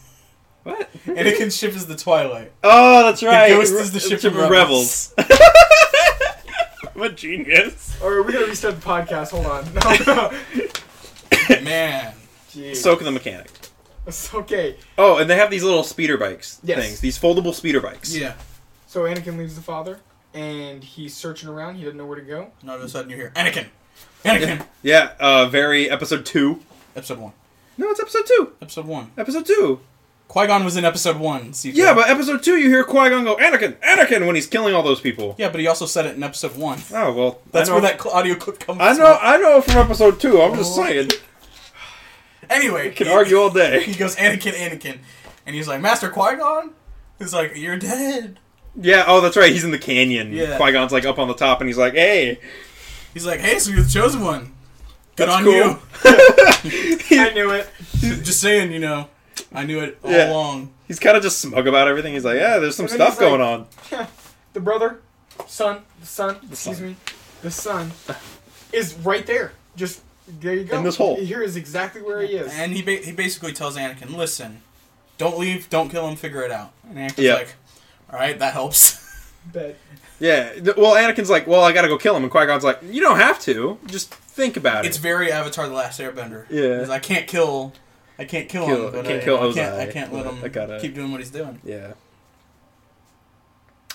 [SPEAKER 4] What?
[SPEAKER 1] Anakin's ship is the Twilight.
[SPEAKER 4] Oh, that's right.
[SPEAKER 1] ghost is the ship of Rebels.
[SPEAKER 4] I'm a genius.
[SPEAKER 2] Or we gotta restart the podcast. Hold on. No, no.
[SPEAKER 1] Man.
[SPEAKER 2] Jeez.
[SPEAKER 4] Soak the mechanic.
[SPEAKER 2] It's okay.
[SPEAKER 4] Oh, and they have these little speeder bikes
[SPEAKER 2] Yes.
[SPEAKER 4] things, these foldable speeder bikes.
[SPEAKER 1] Yeah.
[SPEAKER 2] So Anakin leaves the father, and he's searching around. He doesn't know where to go.
[SPEAKER 1] And all of a sudden you hear Anakin. Anakin.
[SPEAKER 4] Yeah, uh, very episode two.
[SPEAKER 1] episode one.
[SPEAKER 4] No, it's episode two.
[SPEAKER 1] Episode one.
[SPEAKER 4] Episode two.
[SPEAKER 1] Qui Gon was in episode one. CJ.
[SPEAKER 4] Yeah, but episode two, you hear Qui Gon go, Anakin, Anakin, when he's killing all those people.
[SPEAKER 1] yeah, but he also said it in episode one.
[SPEAKER 4] Oh well,
[SPEAKER 1] That's
[SPEAKER 4] I know,
[SPEAKER 1] where that Oh. cl- audio clip comes.
[SPEAKER 4] I know, I know from episode two. I'm just saying,
[SPEAKER 1] From. Anyway,
[SPEAKER 4] can argue all
[SPEAKER 1] He
[SPEAKER 4] day.
[SPEAKER 1] goes Anakin, Anakin, and he's like Master Qui Gon. He's like, you're dead.
[SPEAKER 4] Yeah. Oh, that's right. He's in the canyon.
[SPEAKER 1] Yeah.
[SPEAKER 4] Qui Gon's like up on the top, and he's like, "Hey,
[SPEAKER 1] He's like, hey, so you're the chosen one. Good
[SPEAKER 4] that's
[SPEAKER 1] on
[SPEAKER 4] cool."
[SPEAKER 1] you.
[SPEAKER 2] I knew it.
[SPEAKER 1] Just saying, you know, I knew it all
[SPEAKER 4] Yeah.
[SPEAKER 1] along.
[SPEAKER 4] He's kind of just smug about everything. He's like, yeah, there's some
[SPEAKER 2] And then
[SPEAKER 4] stuff
[SPEAKER 2] he's like-
[SPEAKER 4] going on.
[SPEAKER 2] The brother, son, the son. excuse
[SPEAKER 4] son.
[SPEAKER 2] me, the son is right there. Just there you go.
[SPEAKER 4] In this hole.
[SPEAKER 2] Here is exactly where he is.
[SPEAKER 1] And he ba- he basically tells Anakin, listen, don't leave, don't kill him, figure it out. And Anakin's
[SPEAKER 4] Yeah.
[SPEAKER 1] like, all right, that helps.
[SPEAKER 2] But
[SPEAKER 4] Yeah. th- Well, Anakin's like, well, I gotta go kill him, and Qui Gon's like, you don't have to. Just think about
[SPEAKER 1] it's
[SPEAKER 4] it.
[SPEAKER 1] very Avatar: The Last Airbender.
[SPEAKER 4] Yeah.
[SPEAKER 1] He's like, I can't kill, I can't kill,
[SPEAKER 4] Kill-
[SPEAKER 1] him. But I
[SPEAKER 4] can't
[SPEAKER 1] I,
[SPEAKER 4] kill
[SPEAKER 1] can't,
[SPEAKER 4] Ozai.
[SPEAKER 1] I can't let
[SPEAKER 4] Yeah,
[SPEAKER 1] him
[SPEAKER 4] I gotta-
[SPEAKER 1] keep doing what he's doing.
[SPEAKER 4] yeah.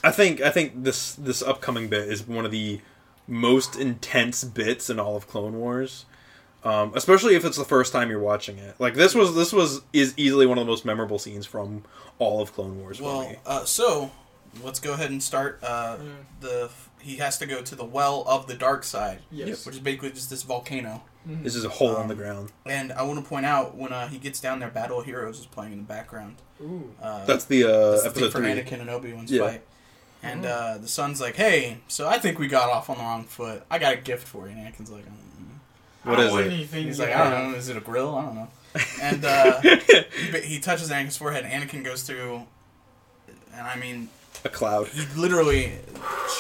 [SPEAKER 4] I think I think this this upcoming bit is one of the most intense bits in all of Clone Wars. Um, especially if it's the first time you're watching it. Like this was this was is easily one of the most memorable scenes from all of Clone Wars for
[SPEAKER 1] Well,
[SPEAKER 4] me.
[SPEAKER 1] uh, so let's go ahead and start. Uh, The he has to go to the well of the dark side,
[SPEAKER 2] yes,
[SPEAKER 1] which is basically just this volcano.
[SPEAKER 4] This is a hole on
[SPEAKER 1] um,
[SPEAKER 4] the ground.
[SPEAKER 1] And I want to point out when uh, he gets down there, Battle of Heroes is playing in the background.
[SPEAKER 2] Ooh.
[SPEAKER 1] Uh,
[SPEAKER 4] That's the uh,
[SPEAKER 1] that's the thing
[SPEAKER 4] episode
[SPEAKER 1] for
[SPEAKER 4] three.
[SPEAKER 1] Anakin and Obi Wan's
[SPEAKER 4] Yeah.
[SPEAKER 1] fight. And uh, the son's like, "Hey, so I think we got off on the wrong foot. I got a gift for you." And Anakin's like, mm.
[SPEAKER 4] What
[SPEAKER 2] I
[SPEAKER 4] is
[SPEAKER 2] don't want
[SPEAKER 4] it?
[SPEAKER 2] anything
[SPEAKER 1] "He's
[SPEAKER 2] you
[SPEAKER 1] like, I
[SPEAKER 2] have.
[SPEAKER 1] don't know. Is it a grill? I don't know." And uh, he, ba- he touches Anakin's forehead. and Anakin goes through, and I mean,
[SPEAKER 4] A cloud.
[SPEAKER 1] he literally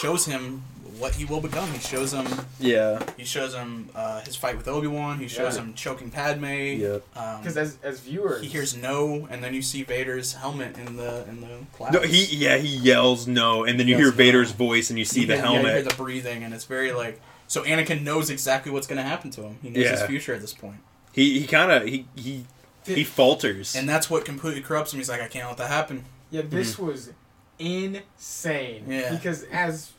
[SPEAKER 1] shows him what he will become. He shows him.
[SPEAKER 4] Yeah.
[SPEAKER 1] He shows him uh, his fight with Obi Wan. He shows
[SPEAKER 2] Yeah.
[SPEAKER 1] him choking Padme.
[SPEAKER 4] Yeah.
[SPEAKER 1] Um,
[SPEAKER 2] Because as as viewers,
[SPEAKER 1] he hears no, and then you see Vader's helmet in the in the clouds.
[SPEAKER 4] No, he yeah he yells no, and then you
[SPEAKER 1] Yells
[SPEAKER 4] hear
[SPEAKER 1] no.
[SPEAKER 4] Vader's voice and you see
[SPEAKER 1] You
[SPEAKER 4] the
[SPEAKER 1] hear- yeah, you hear
[SPEAKER 4] helmet.
[SPEAKER 1] the breathing, and it's very like so. Anakin knows exactly what's going to happen to him. He knows his
[SPEAKER 4] Yeah.
[SPEAKER 1] future at this point,
[SPEAKER 4] He he kind of he he he falters.
[SPEAKER 1] and that's what completely corrupts him. He's like, I can't let that happen.
[SPEAKER 2] Yeah, this was insane.
[SPEAKER 1] Yeah.
[SPEAKER 2] Because as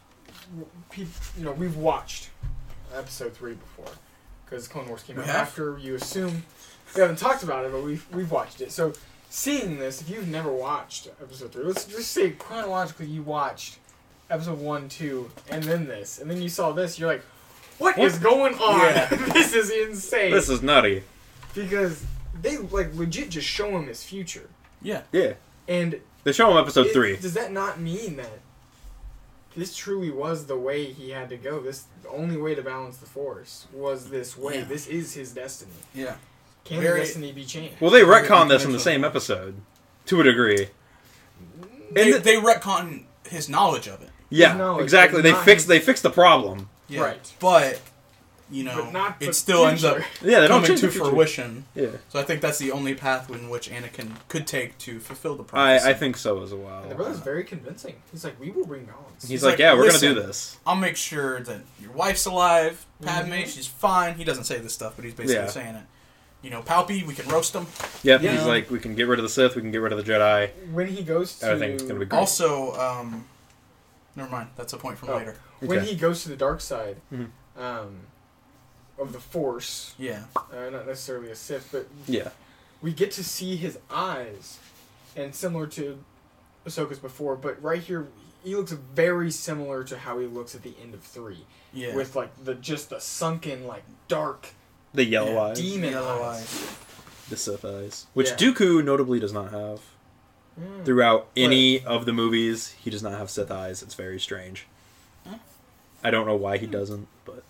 [SPEAKER 2] peop you know, we've watched episode three before because Clone Wars came
[SPEAKER 1] We
[SPEAKER 2] out
[SPEAKER 1] have?
[SPEAKER 2] after. You assume we haven't talked about it, but we've we've watched it. So seeing this, if you've never watched episode three, let's just say chronologically you watched episode one, two, and then this, and then you saw this, you're like, what? is going on?
[SPEAKER 1] Yeah.
[SPEAKER 2] this is insane
[SPEAKER 4] This is nutty.
[SPEAKER 2] because they like legit just show him his future
[SPEAKER 1] Yeah.
[SPEAKER 4] Yeah.
[SPEAKER 2] and
[SPEAKER 4] They show him episode
[SPEAKER 2] it-
[SPEAKER 4] three.
[SPEAKER 2] Does that not mean that this truly was the way he had to go? This the only way to balance the force was this way.
[SPEAKER 1] Yeah.
[SPEAKER 2] This is his destiny.
[SPEAKER 1] Yeah.
[SPEAKER 2] Can
[SPEAKER 1] Very-
[SPEAKER 2] the destiny be changed?
[SPEAKER 4] Well, they
[SPEAKER 1] Very
[SPEAKER 4] retcon this in the
[SPEAKER 1] influential.
[SPEAKER 4] same episode, to a degree.
[SPEAKER 1] They,
[SPEAKER 4] the-
[SPEAKER 1] they retcon his knowledge of it.
[SPEAKER 4] Yeah,
[SPEAKER 2] No, it's
[SPEAKER 4] exactly. They
[SPEAKER 2] not-
[SPEAKER 4] fixed they fixed the problem.
[SPEAKER 1] Yeah.
[SPEAKER 2] Right.
[SPEAKER 1] But you know,
[SPEAKER 2] But not the
[SPEAKER 1] it still ends up
[SPEAKER 2] future.
[SPEAKER 4] Yeah, they don't
[SPEAKER 1] coming
[SPEAKER 4] change
[SPEAKER 1] to
[SPEAKER 4] the future.
[SPEAKER 1] fruition.
[SPEAKER 4] Yeah,
[SPEAKER 1] So I think that's the only path in which Anakin could take to fulfill the prophecy.
[SPEAKER 4] I, I think so as well.
[SPEAKER 2] And the brother's very convincing. He's like, we will bring balance.
[SPEAKER 4] He's
[SPEAKER 1] He's
[SPEAKER 4] like,
[SPEAKER 1] like,
[SPEAKER 4] yeah, we're
[SPEAKER 1] "Listen."
[SPEAKER 4] gonna do this.
[SPEAKER 1] I'll make sure that your wife's alive, Padme,
[SPEAKER 2] Mhm.
[SPEAKER 1] she's fine. He doesn't say this stuff, but he's basically
[SPEAKER 4] Yeah.
[SPEAKER 1] saying it. You know, Palpy, we can roast him.
[SPEAKER 4] Yep.
[SPEAKER 2] Yeah.
[SPEAKER 4] He's like, we can get rid of the Sith, we can get rid of the Jedi.
[SPEAKER 2] when he goes to
[SPEAKER 4] I think it's gonna be great.
[SPEAKER 1] Also, um, never mind. That's a point from
[SPEAKER 2] Oh.
[SPEAKER 1] later.
[SPEAKER 2] when
[SPEAKER 4] Okay.
[SPEAKER 2] he goes to the dark side
[SPEAKER 4] Mhm.
[SPEAKER 2] um, of the force,
[SPEAKER 1] Yeah.
[SPEAKER 2] uh, not necessarily a Sith, but
[SPEAKER 4] Yeah,
[SPEAKER 2] we get to see his eyes, and similar to Ahsoka's before, but right here he looks very similar to how he looks at the end of three,
[SPEAKER 1] Yeah.
[SPEAKER 2] with like the just the sunken like dark
[SPEAKER 4] the yellow
[SPEAKER 1] Yeah,
[SPEAKER 4] eyes,
[SPEAKER 2] demon
[SPEAKER 1] yellow
[SPEAKER 2] eyes.
[SPEAKER 1] eyes.
[SPEAKER 4] the Sith eyes, which
[SPEAKER 2] Yeah.
[SPEAKER 4] Dooku notably does not have.
[SPEAKER 1] Hmm.
[SPEAKER 2] Mm.
[SPEAKER 4] Throughout any of the movies, he does not have Sith eyes. It's very strange.
[SPEAKER 1] Huh?
[SPEAKER 4] I don't know why he doesn't, but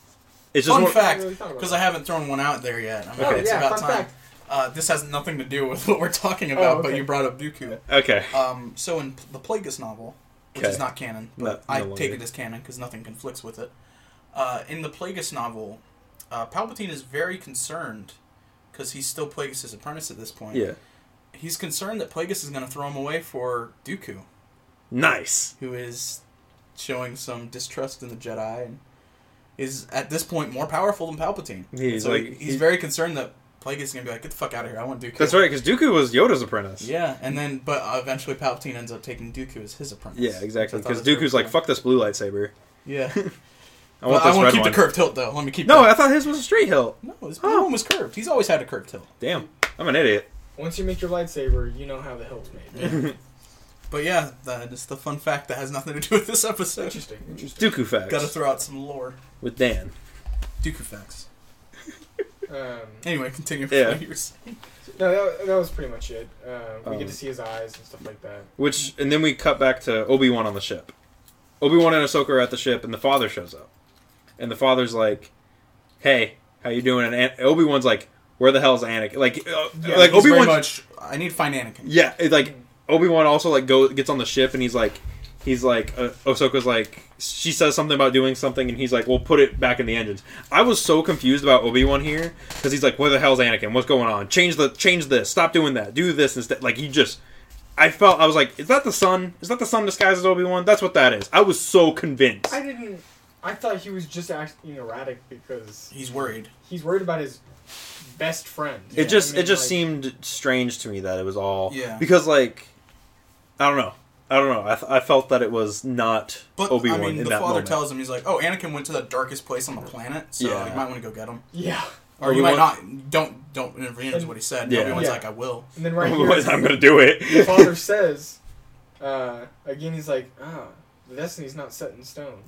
[SPEAKER 4] it's just
[SPEAKER 1] Hmm. Fun
[SPEAKER 4] one,
[SPEAKER 1] fact,
[SPEAKER 2] really thought about
[SPEAKER 1] because
[SPEAKER 2] that. Oh,
[SPEAKER 1] I haven't thrown one out there yet. I'm
[SPEAKER 4] Okay.
[SPEAKER 1] it's
[SPEAKER 2] yeah,
[SPEAKER 1] about
[SPEAKER 2] fun
[SPEAKER 1] time.
[SPEAKER 2] fact. Oh,
[SPEAKER 1] Uh, this has nothing to do with what we're talking about, but
[SPEAKER 2] okay.
[SPEAKER 1] you brought up Dooku.
[SPEAKER 4] okay.
[SPEAKER 1] Um, so in P- the Plagueis novel, which
[SPEAKER 4] Okay.
[SPEAKER 1] is not canon,
[SPEAKER 4] No-
[SPEAKER 1] but
[SPEAKER 4] no
[SPEAKER 1] I
[SPEAKER 4] longer.
[SPEAKER 1] take it as canon because nothing conflicts with it. Uh, in the Plagueis novel, uh, Palpatine is very concerned because he's still Plagueis' apprentice at this point.
[SPEAKER 4] Yeah,
[SPEAKER 1] He's concerned that Plagueis is going to throw him away for Dooku,
[SPEAKER 4] nice.
[SPEAKER 1] who is showing some distrust in the Jedi and is at this point more powerful than Palpatine.
[SPEAKER 4] He's
[SPEAKER 1] so
[SPEAKER 4] like-
[SPEAKER 1] he's,
[SPEAKER 4] he-
[SPEAKER 1] very concerned that Plagueis is going to be like, get the fuck out of here. I want Dooku.
[SPEAKER 4] That's right, because Dooku was Yoda's apprentice.
[SPEAKER 1] Yeah, and then but uh, eventually Palpatine ends up taking Dooku as his apprentice.
[SPEAKER 4] Yeah, exactly.
[SPEAKER 1] Which I thought
[SPEAKER 4] Because
[SPEAKER 1] was very
[SPEAKER 4] Dooku's like,
[SPEAKER 1] cool.
[SPEAKER 4] "Fuck this blue lightsaber.
[SPEAKER 1] Yeah,
[SPEAKER 4] I want
[SPEAKER 1] But
[SPEAKER 4] this
[SPEAKER 1] I want
[SPEAKER 4] red
[SPEAKER 1] to keep
[SPEAKER 4] one."
[SPEAKER 1] the curved hilt though. Let me keep.
[SPEAKER 4] no,
[SPEAKER 1] that.
[SPEAKER 4] I thought his was a straight hilt.
[SPEAKER 1] no, his blue
[SPEAKER 4] Huh.
[SPEAKER 1] one was curved. He's always had a curved hilt.
[SPEAKER 4] Damn, I'm an idiot.
[SPEAKER 2] Once you make your lightsaber, you know how the hilt's made.
[SPEAKER 1] But yeah, that is the fun fact that has nothing to do with this episode.
[SPEAKER 2] Interesting. Interesting.
[SPEAKER 4] Dooku facts
[SPEAKER 1] Got to throw out some lore.
[SPEAKER 4] with Dan.
[SPEAKER 1] Dooku facts.
[SPEAKER 2] Um,
[SPEAKER 1] Anyway, continue. with
[SPEAKER 4] Yeah.
[SPEAKER 1] what you were saying.
[SPEAKER 2] no, that, that was pretty much it. Uh, we
[SPEAKER 4] Um,
[SPEAKER 2] get to see his eyes and stuff like that.
[SPEAKER 4] Which, and then we cut back to Obi Wan on the ship. Obi Wan and Ahsoka are at the ship, and the father shows up, and the father's like, "Hey, how you doing?" And An- Obi Wan's like, "Where the hell's Anakin?" Like, uh,
[SPEAKER 2] Yeah,
[SPEAKER 4] like
[SPEAKER 1] He's
[SPEAKER 4] Obi
[SPEAKER 1] very
[SPEAKER 4] Wan.
[SPEAKER 1] much. I need to find Anakin.
[SPEAKER 4] Yeah, it, like Obi Wan also like go gets on the ship, and he's like, he's like, uh, Ahsoka's like, she says something about doing something, and he's like, "We'll put it back in the engines." I was so confused about Obi Wan here because he's like, "Where the hell's Anakin? What's going on? Change the change this. Stop doing that. Do this instead." Like he just. I felt I was like, is that the sun? Is that the sun disguised as Obi Wan? That's what that is. I was so convinced.
[SPEAKER 2] I didn't. I thought he was just acting erratic because
[SPEAKER 1] He's worried.
[SPEAKER 2] he's worried about his best friend.
[SPEAKER 4] it
[SPEAKER 2] I
[SPEAKER 4] just
[SPEAKER 2] mean,
[SPEAKER 4] it just
[SPEAKER 2] like,
[SPEAKER 4] seemed strange to me that it was all
[SPEAKER 1] Yeah.
[SPEAKER 4] because like I don't know I don't know I, th- I felt that it was not
[SPEAKER 1] But
[SPEAKER 4] Obi Wan
[SPEAKER 1] I mean,
[SPEAKER 4] in
[SPEAKER 1] the
[SPEAKER 4] that
[SPEAKER 1] father
[SPEAKER 4] moment.
[SPEAKER 1] tells him he's like, "Oh, Anakin went to the darkest place on the planet, so
[SPEAKER 4] Yeah.
[SPEAKER 1] you might want to go get him."
[SPEAKER 2] Yeah.
[SPEAKER 1] Or you might
[SPEAKER 4] Obi-Wan-
[SPEAKER 1] not. Don't don't intervene is what he said.
[SPEAKER 4] Yeah.
[SPEAKER 1] Obi Wan's
[SPEAKER 2] Yeah.
[SPEAKER 1] like, "I will."
[SPEAKER 2] And then right
[SPEAKER 4] Otherwise,
[SPEAKER 2] here,
[SPEAKER 4] I'm gonna do it.
[SPEAKER 2] the father says, uh, again, he's like, ah, the destiny's not set in stone,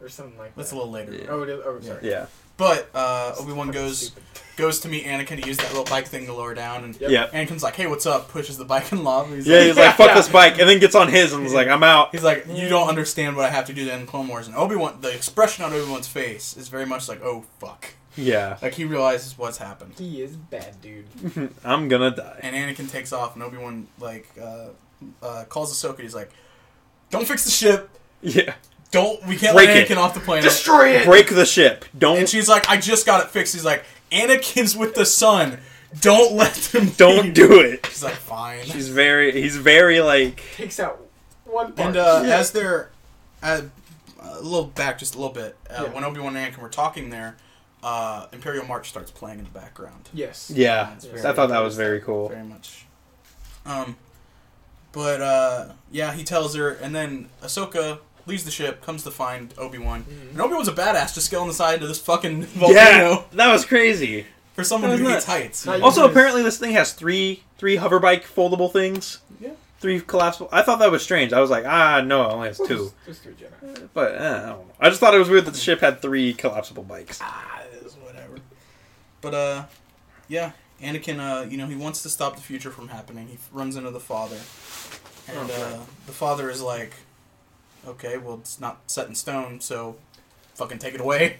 [SPEAKER 2] or something like that.
[SPEAKER 1] That's a little later.
[SPEAKER 4] Yeah.
[SPEAKER 2] Oh, it is. Oh, sorry.
[SPEAKER 4] yeah,
[SPEAKER 1] But uh, Obi Wan
[SPEAKER 2] Fucking
[SPEAKER 1] goes
[SPEAKER 2] stupid.
[SPEAKER 1] goes to meet Anakin to use that little bike thing to lower down, and
[SPEAKER 2] Yep.
[SPEAKER 4] yeah,
[SPEAKER 1] Anakin's like, "Hey, what's up?" Pushes the bike in lava. He's
[SPEAKER 4] yeah.
[SPEAKER 1] like,
[SPEAKER 4] He's like, "Fuck
[SPEAKER 2] Yeah.
[SPEAKER 4] this bike," and then gets on his and is like, "I'm out."
[SPEAKER 1] he's like, "You don't understand what I have to do to end Clone Wars." And Obi Wan, the expression on Obi Wan's face is very much like, "Oh fuck,"
[SPEAKER 4] Yeah,
[SPEAKER 1] like he realizes what's happened.
[SPEAKER 2] He is bad, dude.
[SPEAKER 4] I'm gonna die.
[SPEAKER 1] And Anakin takes off, and Obi Wan like uh, uh, calls Ahsoka. He's like, "Don't fix the ship.
[SPEAKER 4] Yeah,
[SPEAKER 1] Don't we can't
[SPEAKER 4] Break
[SPEAKER 1] let
[SPEAKER 4] it.
[SPEAKER 1] Anakin off the planet."
[SPEAKER 2] Destroy it.
[SPEAKER 4] break the ship. Don't
[SPEAKER 1] and she's like, "I just got it fixed." He's like, "Anakin's with the sun. Don't let them.
[SPEAKER 4] don't do it.
[SPEAKER 1] She's like, "Fine."
[SPEAKER 4] She's very. He's very like.
[SPEAKER 2] Takes out one part.
[SPEAKER 1] And uh,
[SPEAKER 2] Yeah.
[SPEAKER 1] as they're uh, a little back, just a little bit, uh,
[SPEAKER 2] Yeah.
[SPEAKER 1] when Obi Wan and Anakin were talking there, uh, Imperial March starts playing in the background.
[SPEAKER 2] yes.
[SPEAKER 4] Yeah,
[SPEAKER 1] It's
[SPEAKER 4] I thought that was very cool.
[SPEAKER 1] Very much. Um, but uh, yeah, he tells her, and then Ahsoka leaves the ship, comes to find Obi Wan, and Obi Wan's a badass just scaling the side of this fucking volcano
[SPEAKER 4] Mm-hmm. Yeah, that was crazy.
[SPEAKER 1] for someone who
[SPEAKER 4] Isn't
[SPEAKER 1] hates
[SPEAKER 4] that-
[SPEAKER 1] heights.
[SPEAKER 5] Not
[SPEAKER 4] Also,
[SPEAKER 5] Yes.
[SPEAKER 4] apparently, this thing has three three hover bike foldable things.
[SPEAKER 1] Yeah.
[SPEAKER 4] Three collapsible. I thought that was strange. I was like, ah, no, it only has two.
[SPEAKER 2] Just, just do it, Jenna.
[SPEAKER 4] But eh, I don't know. I just thought it was weird that the ship had three collapsible bikes.
[SPEAKER 1] ah, it is whatever. But uh, yeah, Anakin, uh, you know, he wants to stop the future from happening. He runs into the father, and
[SPEAKER 2] Oh,
[SPEAKER 1] uh, the father is like, "Okay, well, it's not set in stone, so fucking take it away."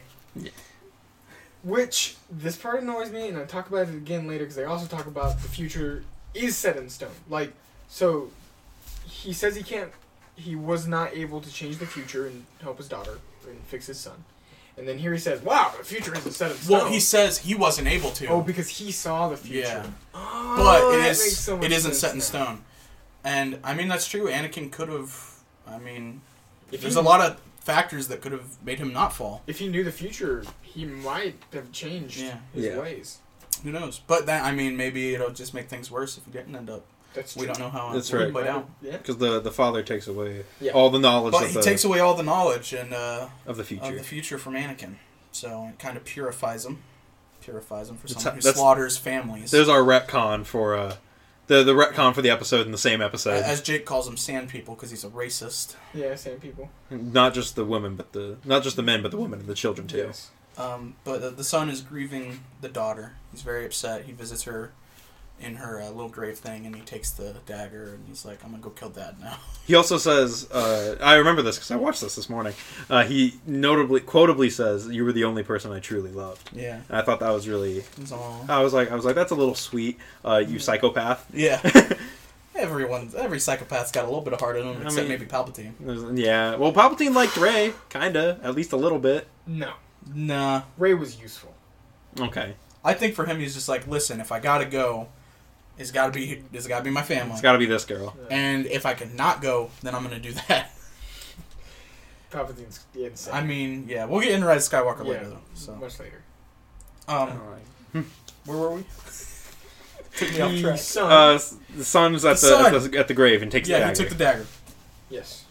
[SPEAKER 2] Which this part annoys me, and I talk about it again later because they also talk about the future is set in stone. Like, so he says he can't, he was not able to change the future and help his daughter and fix his son, and then here he says, "Wow, the future isn't set in stone."
[SPEAKER 1] Well, he says he wasn't able to.
[SPEAKER 2] oh because he saw the future.
[SPEAKER 1] Yeah.
[SPEAKER 2] Oh,
[SPEAKER 1] but it
[SPEAKER 2] that
[SPEAKER 1] is
[SPEAKER 2] makes so much
[SPEAKER 1] it isn't
[SPEAKER 2] sense
[SPEAKER 1] set in
[SPEAKER 2] now.
[SPEAKER 1] stone. And I mean that's true. Anakin could have. I mean,
[SPEAKER 2] If
[SPEAKER 1] there's
[SPEAKER 2] he-
[SPEAKER 1] a lot of factors that could have made him not fall.
[SPEAKER 2] If he knew the future, he might have changed
[SPEAKER 1] Yeah.
[SPEAKER 2] his
[SPEAKER 4] Yeah.
[SPEAKER 2] ways.
[SPEAKER 1] Who knows? But that I mean, maybe it'll just make things worse if he didn't end up.
[SPEAKER 2] That's true.
[SPEAKER 1] We don't know um, how
[SPEAKER 4] That's
[SPEAKER 1] it
[SPEAKER 4] right.
[SPEAKER 1] played out.
[SPEAKER 2] Yeah.
[SPEAKER 4] Because the, the father takes away
[SPEAKER 2] Yeah.
[SPEAKER 4] all the knowledge
[SPEAKER 1] But
[SPEAKER 4] of,
[SPEAKER 1] he
[SPEAKER 4] the,
[SPEAKER 1] takes away all the knowledge and uh,
[SPEAKER 4] of the future.
[SPEAKER 1] of the future from Anakin, so it kind of purifies him. Purifies him for
[SPEAKER 4] That's
[SPEAKER 1] someone
[SPEAKER 4] how-
[SPEAKER 1] who
[SPEAKER 4] that's-
[SPEAKER 1] slaughters families.
[SPEAKER 4] There's our retcon for uh, the the retcon for the episode in the same episode.
[SPEAKER 1] As Jake calls them, sand people, because he's a racist.
[SPEAKER 2] Yeah, same people.
[SPEAKER 4] not just the women, but the not just the men, but the women and the children too.
[SPEAKER 2] Yes.
[SPEAKER 1] Um, but the, the son is grieving the daughter. He's very upset. He visits her in her uh, little grave thing, and he takes the dagger, and he's like, "I'm gonna go kill dad now."
[SPEAKER 4] He also says, uh, I remember this because I watched this this morning. Uh, he notably, quotably says, "You were the only person I truly loved."
[SPEAKER 1] Yeah,
[SPEAKER 4] And I thought that was really.
[SPEAKER 1] it's all.
[SPEAKER 4] I was like, I was like, that's a little sweet. Uh, you psychopath.
[SPEAKER 1] Yeah, everyone, every psychopath's got a little bit of heart in them,
[SPEAKER 4] I
[SPEAKER 1] except
[SPEAKER 4] mean-
[SPEAKER 1] maybe Palpatine.
[SPEAKER 4] Yeah. Well, Palpatine liked Ray, kinda, at least a little bit.
[SPEAKER 2] No.
[SPEAKER 1] Nah,
[SPEAKER 2] Ray was useful.
[SPEAKER 4] Okay.
[SPEAKER 1] I think for him, he's just like, "Listen, if I gotta go, it's gotta be, it's gotta be my family,
[SPEAKER 4] It's got to be this girl.
[SPEAKER 1] and if I cannot go, then I'm gonna do that."
[SPEAKER 2] Palpatine's insane.
[SPEAKER 1] I mean, yeah, we'll get into Rise of Skywalker
[SPEAKER 2] Yeah.
[SPEAKER 1] later, though. So,
[SPEAKER 2] much later.
[SPEAKER 1] um, where were we? Took me off
[SPEAKER 2] The
[SPEAKER 1] track.
[SPEAKER 2] son-
[SPEAKER 4] Uh, s- the son's at
[SPEAKER 1] The
[SPEAKER 4] the, at
[SPEAKER 1] son!
[SPEAKER 4] the at the grave and takes
[SPEAKER 1] Yeah, he
[SPEAKER 4] the
[SPEAKER 1] took the
[SPEAKER 4] dagger.
[SPEAKER 1] dagger.
[SPEAKER 2] yes.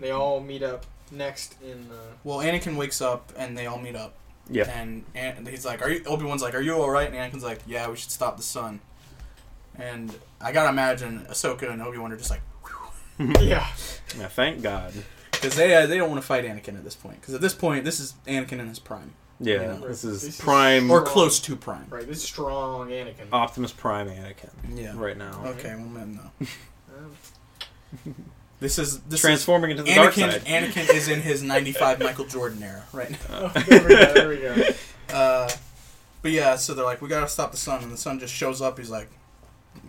[SPEAKER 2] They all meet up next in. Uh,
[SPEAKER 1] Well, Anakin wakes up and they all meet up.
[SPEAKER 4] Yeah.
[SPEAKER 1] And, and he's like, "Are you?" Obi Wan's like, "Are you all right?" And Anakin's like, "Yeah, we should stop the sun." And I gotta imagine Ahsoka and Obi Wan are just like,
[SPEAKER 2] yeah.
[SPEAKER 4] Yeah, thank God.
[SPEAKER 1] because they uh, they don't want to fight Anakin at this point. Because at this point, this is Anakin in his prime
[SPEAKER 4] Yeah,
[SPEAKER 1] Yeah.
[SPEAKER 4] this
[SPEAKER 2] This
[SPEAKER 4] is
[SPEAKER 2] is-
[SPEAKER 4] prime
[SPEAKER 1] or close to prime.
[SPEAKER 2] Right. This is strong Anakin.
[SPEAKER 4] Optimus Prime Anakin
[SPEAKER 1] Yeah. Uh,
[SPEAKER 4] right now,
[SPEAKER 1] Okay. Well, man, no.
[SPEAKER 2] Um,
[SPEAKER 1] This is this is
[SPEAKER 4] transforming into the dark
[SPEAKER 1] Anakin.
[SPEAKER 4] side.
[SPEAKER 1] Anakin is in his '95 Michael Jordan era right now.
[SPEAKER 2] Oh, there we go. There we go.
[SPEAKER 1] Uh, but yeah, so they're like, "We gotta stop the sun," and the sun just shows up. He's like,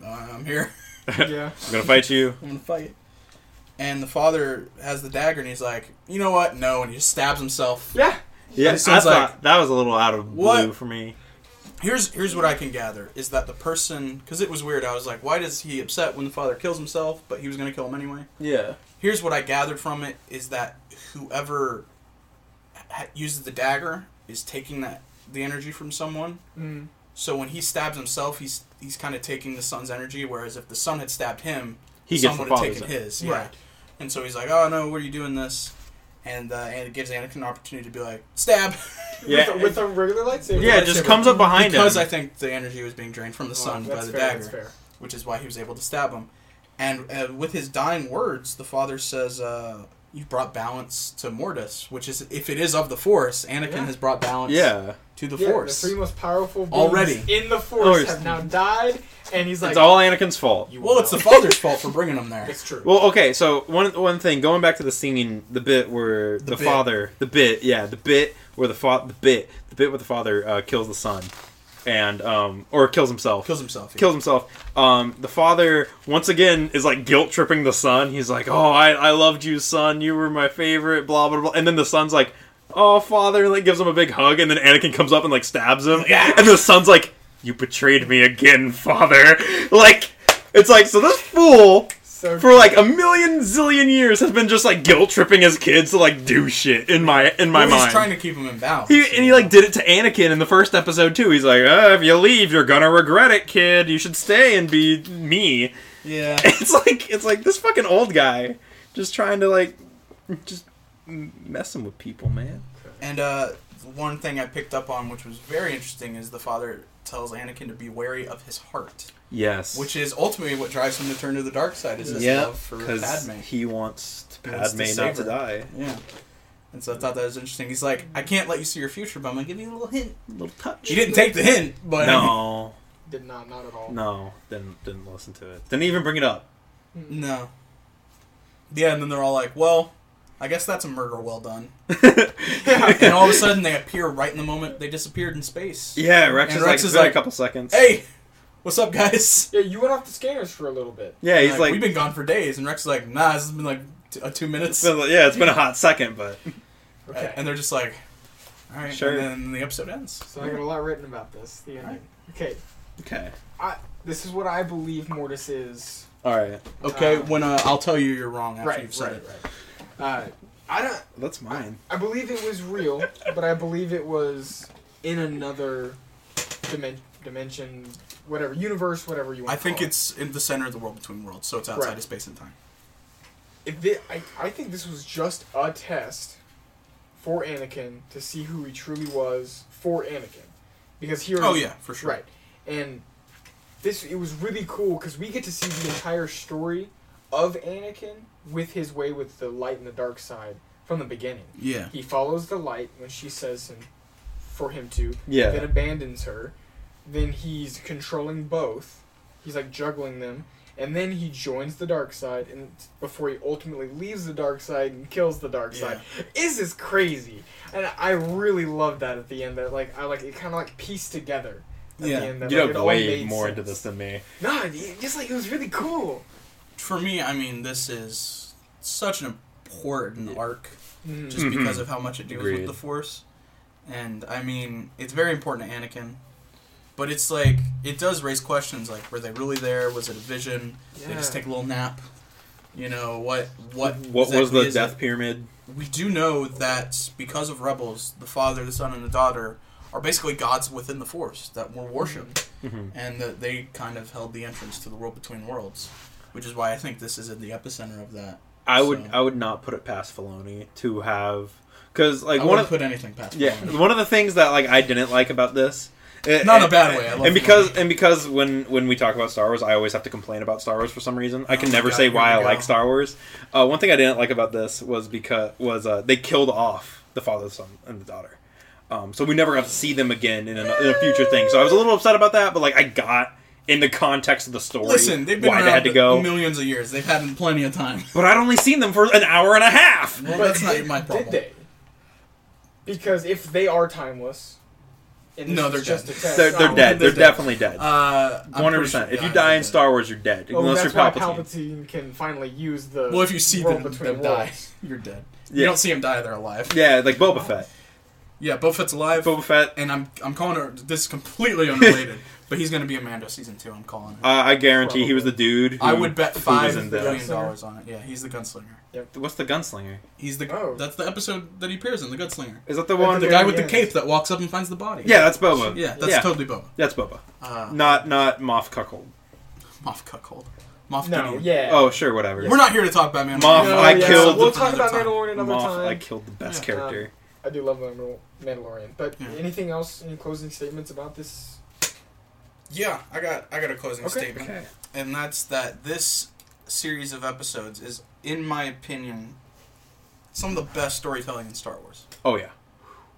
[SPEAKER 1] "I'm here."
[SPEAKER 2] Yeah.
[SPEAKER 4] I'm gonna fight you.
[SPEAKER 1] I'm gonna fight. And the father has the dagger, and he's like, "You know what? No!" And he just stabs himself.
[SPEAKER 2] Yeah.
[SPEAKER 4] Yeah,
[SPEAKER 1] It
[SPEAKER 4] I
[SPEAKER 1] sounds
[SPEAKER 4] thought
[SPEAKER 1] like-
[SPEAKER 4] that was a little out of blue
[SPEAKER 1] What?
[SPEAKER 4] for me.
[SPEAKER 1] Here's here's what I can gather is that the person, because it was weird. I was like, "Why does he upset when the father kills himself?" But he was gonna kill him anyway.
[SPEAKER 4] Yeah,
[SPEAKER 1] Here's what I gathered from it is that whoever ha- uses the dagger is taking that the energy from someone.
[SPEAKER 2] Mm.
[SPEAKER 1] So when he stabs himself, he's he's kind of taking the sun's energy. Whereas if the sun had stabbed him,
[SPEAKER 4] he gets the
[SPEAKER 1] someone had
[SPEAKER 4] father's.
[SPEAKER 1] taken his. Yeah.
[SPEAKER 2] Right.
[SPEAKER 1] And so he's like, "Oh no, what are you doing this?" And uh, and it gives Anakin an opportunity to be like, "Stab,"
[SPEAKER 4] Yeah,
[SPEAKER 2] With, a, with a regular lightsaber.
[SPEAKER 4] yeah, it just comes up behind
[SPEAKER 1] because
[SPEAKER 4] him.
[SPEAKER 1] I think the energy was being drained from the
[SPEAKER 2] Well,
[SPEAKER 1] sun by
[SPEAKER 2] that's
[SPEAKER 1] the
[SPEAKER 2] fair, That's
[SPEAKER 1] dagger,
[SPEAKER 2] fair.
[SPEAKER 1] which is why he was able to stab him. And uh, with his dying words, the father says, uh, "You've brought balance to Mortis, which is if it is of the Force, Anakin
[SPEAKER 2] Yeah.
[SPEAKER 1] has brought balance
[SPEAKER 4] yeah,
[SPEAKER 1] to the
[SPEAKER 2] yeah,
[SPEAKER 1] Force."
[SPEAKER 2] The three most powerful beings
[SPEAKER 1] Already.
[SPEAKER 2] in the force
[SPEAKER 4] Force.
[SPEAKER 2] have now died, and he's like,
[SPEAKER 4] it's all Anakin's fault.
[SPEAKER 2] you
[SPEAKER 1] well, it's the
[SPEAKER 2] will.
[SPEAKER 1] father's fault for bringing him there.
[SPEAKER 2] It's true.
[SPEAKER 4] Well, okay, so one one thing going back to the scene, the bit where the,
[SPEAKER 1] bit.
[SPEAKER 4] father, the bit, yeah, the bit where the fa- the bit, the bit where the father uh, kills the son, and um, or kills himself,
[SPEAKER 1] Kills himself. yeah.
[SPEAKER 4] kills himself. Um, the father once again is like guilt tripping the son. He's like, "Oh, I, I loved you, son. You were my favorite." Blah blah blah. And then the son's like, "Oh, father," and like gives him a big hug. And then Anakin comes up and like stabs him.
[SPEAKER 1] Yeah.
[SPEAKER 4] And the son's like, "You betrayed me again, father." Like, it's like so this fool
[SPEAKER 2] so
[SPEAKER 4] for like a million zillion years has been just like guilt tripping his kids to like do shit in my in my
[SPEAKER 1] Well,
[SPEAKER 4] mind.
[SPEAKER 1] He's trying to keep him in balance.
[SPEAKER 4] He, and he like did it to Anakin in the first episode too. He's like, uh, "If you leave, you're gonna regret it, kid. You should stay and be me."
[SPEAKER 1] yeah.
[SPEAKER 4] It's like it's like this fucking old guy just trying to like Just m- messing with people, man.
[SPEAKER 1] And uh, one thing I picked up on, which was very interesting, is the father tells Anakin to be wary of his heart,
[SPEAKER 4] Yes.
[SPEAKER 1] which is ultimately what drives him to turn to the dark side. Is his
[SPEAKER 4] yeah,
[SPEAKER 1] love for
[SPEAKER 4] because
[SPEAKER 1] Padme?
[SPEAKER 4] he wants to
[SPEAKER 1] He wants
[SPEAKER 4] Padme
[SPEAKER 1] to
[SPEAKER 4] not
[SPEAKER 1] save
[SPEAKER 4] to
[SPEAKER 1] her.
[SPEAKER 4] die.
[SPEAKER 1] Yeah. And so I thought that was interesting. He's like, I can't let you see your future, but I'm gonna give you a little hint.
[SPEAKER 4] Little touch.
[SPEAKER 1] He didn't take the hint, but
[SPEAKER 4] No,
[SPEAKER 2] Did not, not at all.
[SPEAKER 4] no, didn't didn't listen to it. Didn't even bring it up.
[SPEAKER 1] no. Yeah, and then they're all like, "Well, I guess that's a murder well done." and all of a sudden, they appear right in the moment they disappeared in space.
[SPEAKER 4] yeah, Rex
[SPEAKER 1] And
[SPEAKER 4] is like,
[SPEAKER 1] Rex
[SPEAKER 4] it's
[SPEAKER 1] is
[SPEAKER 4] been a
[SPEAKER 1] like,
[SPEAKER 4] couple seconds.
[SPEAKER 1] Hey, what's up, guys?
[SPEAKER 2] Yeah, you went off the scanners for a little bit.
[SPEAKER 4] yeah, he's
[SPEAKER 1] Like,
[SPEAKER 4] like,
[SPEAKER 1] we've been gone for days, and Rex is like, "Nah, this has been like t- uh, two minutes."
[SPEAKER 4] it's been, yeah, it's been a hot second, but
[SPEAKER 2] Okay.
[SPEAKER 1] And they're just like, all right.
[SPEAKER 4] Sure.
[SPEAKER 1] And then the episode ends.
[SPEAKER 2] so I got a lot written about this. The ending. Okay,
[SPEAKER 4] okay,
[SPEAKER 2] this is what I believe Mortis is.
[SPEAKER 4] all right,
[SPEAKER 1] Okay,
[SPEAKER 2] Uh,
[SPEAKER 1] when uh, I'll tell you you're wrong after
[SPEAKER 2] Right,
[SPEAKER 1] you've said
[SPEAKER 2] right,
[SPEAKER 1] it.
[SPEAKER 2] Uh, I don't.
[SPEAKER 4] that's mine.
[SPEAKER 2] I believe it was real, but I believe it was in another dimen- dimension, whatever universe, whatever you want.
[SPEAKER 1] I
[SPEAKER 2] to
[SPEAKER 1] think
[SPEAKER 2] call it.
[SPEAKER 1] it's in the center of the world between worlds, so it's outside
[SPEAKER 2] Right.
[SPEAKER 1] of space and time.
[SPEAKER 2] If thi- I, I think this was just a test for Anakin to see who he truly was for Anakin, because here.
[SPEAKER 1] Oh yeah, for sure.
[SPEAKER 2] Right, and this it was really cool because we get to see the entire story of Anakin with his way with the light and the dark side from the beginning.
[SPEAKER 1] Yeah.
[SPEAKER 2] He follows the light when she says him, for him to,
[SPEAKER 4] Yeah.
[SPEAKER 2] then abandons her. Then he's controlling both. He's like juggling them. And then he joins the dark side and before he ultimately leaves the dark side and kills the dark side. Is this crazy? And I really love that at the end that like I like it kinda like pieced together. At
[SPEAKER 1] Yeah.
[SPEAKER 2] the end, that,
[SPEAKER 4] You
[SPEAKER 2] like,
[SPEAKER 4] have
[SPEAKER 2] it all
[SPEAKER 4] way
[SPEAKER 2] made
[SPEAKER 4] more
[SPEAKER 2] sense.
[SPEAKER 4] into this than me.
[SPEAKER 2] No, it- just like it was really cool.
[SPEAKER 1] For me, I mean, this is such an important arc,
[SPEAKER 2] Mhm.
[SPEAKER 1] just
[SPEAKER 4] Mhm.
[SPEAKER 1] because of how much it deals
[SPEAKER 4] Agreed.
[SPEAKER 1] with the Force, and I mean, it's very important to Anakin. But it's like it does raise questions like were they really there? Was it a vision? Did They just
[SPEAKER 2] Yeah.
[SPEAKER 1] take a little nap. You know what? What?
[SPEAKER 4] What was
[SPEAKER 1] exactly
[SPEAKER 4] the
[SPEAKER 1] is it?
[SPEAKER 4] death pyramid?
[SPEAKER 1] we do know that because of rebels, the father, the son, and the daughter are basically gods within the force that were worshipped,
[SPEAKER 4] Mhm.
[SPEAKER 1] and that they kind of held the entrance to the world between worlds, which is why I think this is at the epicenter of that.
[SPEAKER 4] I would
[SPEAKER 1] So-
[SPEAKER 4] I would not put it past Filoni to have because like
[SPEAKER 1] I
[SPEAKER 4] one
[SPEAKER 1] wouldn't
[SPEAKER 4] of
[SPEAKER 1] put anything past.
[SPEAKER 4] yeah
[SPEAKER 1] Filoni.
[SPEAKER 4] one of the things that like I didn't like about this. it-
[SPEAKER 1] Not in a
[SPEAKER 4] it-
[SPEAKER 1] bad way, I love
[SPEAKER 4] and because and because when when we talk about Star Wars, I always have to complain about Star Wars for some reason. I can
[SPEAKER 1] Oh my
[SPEAKER 4] never
[SPEAKER 1] God,
[SPEAKER 4] say
[SPEAKER 1] here
[SPEAKER 4] why
[SPEAKER 1] we
[SPEAKER 4] I
[SPEAKER 1] go.
[SPEAKER 4] like Star Wars. Uh, one thing I didn't like about this was because was uh, they killed off the father, the son, and the daughter. Um, so we never got to see them again in a, in a future thing. So I was a little upset about that, but like I got in the context of the story
[SPEAKER 1] Listen, they've been
[SPEAKER 4] why
[SPEAKER 1] around
[SPEAKER 4] they had to go.
[SPEAKER 1] millions of years. They've had plenty of time.
[SPEAKER 4] But I'd only seen them for an hour and a half.
[SPEAKER 1] Well,
[SPEAKER 2] But
[SPEAKER 1] that's not
[SPEAKER 2] did-
[SPEAKER 1] my problem.
[SPEAKER 2] Did they? Because if they are timeless, and this
[SPEAKER 1] No,
[SPEAKER 2] is
[SPEAKER 1] they're
[SPEAKER 2] just
[SPEAKER 1] dead.
[SPEAKER 2] a test.
[SPEAKER 4] They're,
[SPEAKER 2] oh,
[SPEAKER 4] they're dead.
[SPEAKER 1] they're
[SPEAKER 4] They're,
[SPEAKER 1] dead.
[SPEAKER 4] definitely dead.
[SPEAKER 1] Uh, I'm
[SPEAKER 4] One hundred
[SPEAKER 1] pretty sure-
[SPEAKER 4] percent. If
[SPEAKER 1] yeah,
[SPEAKER 4] you
[SPEAKER 1] I
[SPEAKER 4] die
[SPEAKER 1] think
[SPEAKER 4] in
[SPEAKER 1] that-
[SPEAKER 4] Star Wars, you're dead.
[SPEAKER 2] Well,
[SPEAKER 4] Unless you're
[SPEAKER 2] Oh, that's why
[SPEAKER 4] Palpatine.
[SPEAKER 2] Palpatine can finally use the
[SPEAKER 1] well, if you see
[SPEAKER 2] world
[SPEAKER 1] them,
[SPEAKER 2] between
[SPEAKER 1] them die,
[SPEAKER 2] worlds.
[SPEAKER 1] you're dead. You
[SPEAKER 4] Yeah.
[SPEAKER 1] don't see them die; they're alive.
[SPEAKER 4] Yeah, like Boba Fett.
[SPEAKER 1] Yeah, Boba Fett's alive.
[SPEAKER 4] Boba Fett.
[SPEAKER 1] and I'm I'm calling her. This is completely unrelated, but he's going to be a Mando season two. I'm calling it.
[SPEAKER 4] Uh, I guarantee he was the dude. Who,
[SPEAKER 1] I would bet
[SPEAKER 4] who was
[SPEAKER 1] five
[SPEAKER 4] in
[SPEAKER 1] billion
[SPEAKER 4] the-
[SPEAKER 2] billion
[SPEAKER 1] dollars on it. Yeah, he's the gunslinger.
[SPEAKER 4] What's the gunslinger?
[SPEAKER 1] He's the
[SPEAKER 2] Oh.
[SPEAKER 1] that's the episode that he appears in, the gunslinger.
[SPEAKER 4] Is that the
[SPEAKER 2] That's
[SPEAKER 4] one?
[SPEAKER 1] The
[SPEAKER 2] There
[SPEAKER 1] guy
[SPEAKER 2] he
[SPEAKER 1] with the
[SPEAKER 2] is.
[SPEAKER 1] cape that walks up and finds the body.
[SPEAKER 4] yeah, that's Boba.
[SPEAKER 1] yeah, that's
[SPEAKER 4] yeah.
[SPEAKER 1] totally Boba.
[SPEAKER 4] That's Boba.
[SPEAKER 1] Uh,
[SPEAKER 4] Not not Moff Cuckold.
[SPEAKER 1] Moff Cuckold. Moff
[SPEAKER 2] No,
[SPEAKER 1] Gideon.
[SPEAKER 2] yeah.
[SPEAKER 4] Oh sure, whatever.
[SPEAKER 1] We're not here to talk about Mandalorian.
[SPEAKER 4] Moff,
[SPEAKER 2] No,
[SPEAKER 4] I
[SPEAKER 2] yeah,
[SPEAKER 4] killed-
[SPEAKER 2] We'll talk about
[SPEAKER 1] Another time.
[SPEAKER 2] Mandalorian another
[SPEAKER 4] Moff,
[SPEAKER 2] time.
[SPEAKER 4] I killed the best
[SPEAKER 1] Yeah.
[SPEAKER 4] character.
[SPEAKER 2] I do love Mandal- Mandalorian. But
[SPEAKER 1] Yeah.
[SPEAKER 2] anything else? Any closing statements about this?
[SPEAKER 1] Yeah, I got I got a closing
[SPEAKER 2] Okay.
[SPEAKER 1] statement. and that's that this series of episodes is, in my opinion, some of the best storytelling in Star Wars
[SPEAKER 4] Oh yeah.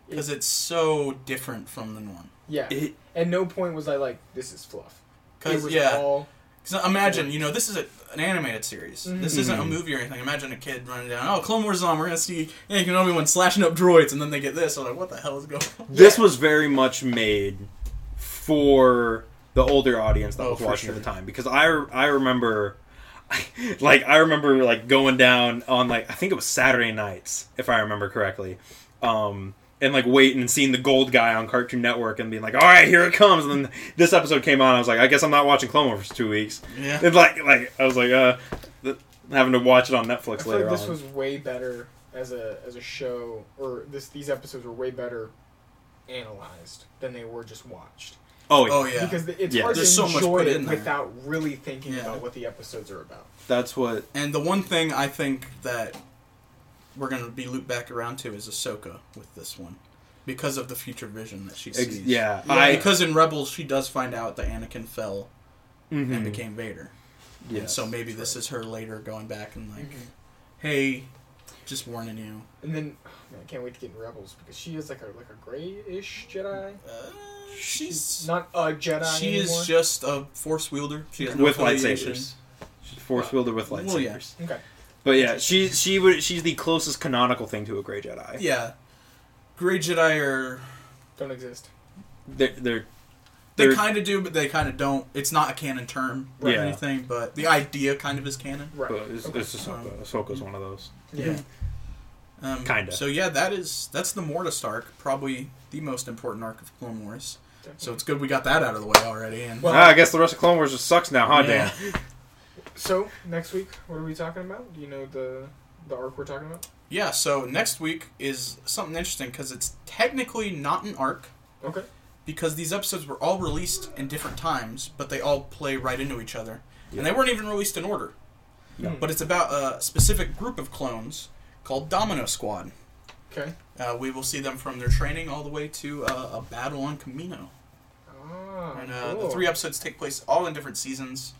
[SPEAKER 1] because it's so different from the norm.
[SPEAKER 2] Yeah.
[SPEAKER 4] It-
[SPEAKER 2] At no point was I like, this is fluff. It
[SPEAKER 1] Because
[SPEAKER 2] was
[SPEAKER 1] yeah,
[SPEAKER 2] all
[SPEAKER 1] Because imagine, you know, this is a, an animated series.
[SPEAKER 2] Mm-hmm.
[SPEAKER 1] This isn't a
[SPEAKER 4] Mhm.
[SPEAKER 1] movie or anything. Imagine a kid running down, oh, Clone Wars is on. We're gonna see Anakin and Obi Wan slashing up droids, and then they get this. I'm like, what the hell is going on?
[SPEAKER 4] This was very much made for the older audience that
[SPEAKER 1] Oh,
[SPEAKER 4] was
[SPEAKER 1] for
[SPEAKER 4] watching
[SPEAKER 1] sure.
[SPEAKER 4] at the time because I I remember like I remember like going down on like I think it was Saturday nights if I remember correctly. Um and like waiting and seeing the gold guy on Cartoon Network and being like, "All right, here it comes." And then this episode came on. I was like, "I guess I'm not watching Clone Wars for two weeks."
[SPEAKER 1] Yeah.
[SPEAKER 4] And like, like I was like, "Uh, th- having to watch it on Netflix
[SPEAKER 2] I feel
[SPEAKER 4] later
[SPEAKER 2] like this
[SPEAKER 4] on."
[SPEAKER 2] was way better as a as a show, or this these episodes were way better analyzed than they were just watched.
[SPEAKER 4] oh, yeah.
[SPEAKER 1] Oh, yeah.
[SPEAKER 2] Because the- it's
[SPEAKER 4] Yeah.
[SPEAKER 2] hard
[SPEAKER 1] There's
[SPEAKER 2] to
[SPEAKER 1] so much
[SPEAKER 2] enjoy
[SPEAKER 1] put
[SPEAKER 2] it
[SPEAKER 1] in there.
[SPEAKER 2] without really thinking
[SPEAKER 1] Yeah.
[SPEAKER 2] about what the episodes are about.
[SPEAKER 4] that's what.
[SPEAKER 1] and the one thing I think that we're gonna be looped back around to is Ahsoka with this one, because of the future vision that she
[SPEAKER 4] Ex-
[SPEAKER 1] sees.
[SPEAKER 4] yeah,
[SPEAKER 1] Yeah,
[SPEAKER 4] I
[SPEAKER 1] because in Rebels she does find out that Anakin fell and
[SPEAKER 4] mhm.
[SPEAKER 1] became Vader. And
[SPEAKER 4] Yes.
[SPEAKER 1] so maybe this is her later going back and like,
[SPEAKER 2] Mm-hmm.
[SPEAKER 1] hey, just warning you.
[SPEAKER 2] And then oh, man, I can't wait to get in Rebels because she is like a like a grayish Jedi.
[SPEAKER 1] Uh, she's
[SPEAKER 2] Not a Jedi.
[SPEAKER 1] she
[SPEAKER 2] anymore.
[SPEAKER 1] is just a force wielder. She has no
[SPEAKER 4] with
[SPEAKER 1] affiliation.
[SPEAKER 4] lightsabers. She's force wielder with lightsabers.
[SPEAKER 1] Well, yeah.
[SPEAKER 2] okay.
[SPEAKER 4] But yeah, she she would she's the closest canonical thing to a Grey Jedi.
[SPEAKER 1] Yeah, Grey Jedi are
[SPEAKER 2] Don't exist.
[SPEAKER 4] They're, they're
[SPEAKER 1] they
[SPEAKER 4] They're-
[SPEAKER 1] kind of do, but they kind of don't. It's not a canon term or
[SPEAKER 4] Yeah.
[SPEAKER 1] anything, but the idea kind of is canon.
[SPEAKER 2] Right.
[SPEAKER 4] but it's,
[SPEAKER 2] Okay.
[SPEAKER 4] it's
[SPEAKER 1] Um,
[SPEAKER 4] Ahsoka.
[SPEAKER 1] hmm.
[SPEAKER 4] Ahsoka's one of those.
[SPEAKER 1] Yeah. Um,
[SPEAKER 4] Kinda.
[SPEAKER 1] So yeah, that is that's the Mortis arc, probably the most important arc of Clone Wars. So it's good we got that out of the way already. And
[SPEAKER 2] Well-
[SPEAKER 4] ah, I guess the rest of Clone Wars just sucks now, huh,
[SPEAKER 1] Yeah.
[SPEAKER 4] Dan?
[SPEAKER 2] So next week, what are we talking about? Do you know the the arc we're talking about?
[SPEAKER 1] yeah, so next week is something interesting because it's technically not an arc
[SPEAKER 2] Okay.
[SPEAKER 1] because these episodes were all released in different times, but they all play right into each other, and they weren't even released in order.
[SPEAKER 4] No.
[SPEAKER 1] But it's about a specific group of clones called Domino Squad.
[SPEAKER 2] Okay.
[SPEAKER 1] Uh, we will see them from their training all the way to uh, a battle on Camino.
[SPEAKER 2] Ah.
[SPEAKER 1] And uh,
[SPEAKER 2] cool.
[SPEAKER 1] the three episodes take place all in different seasons,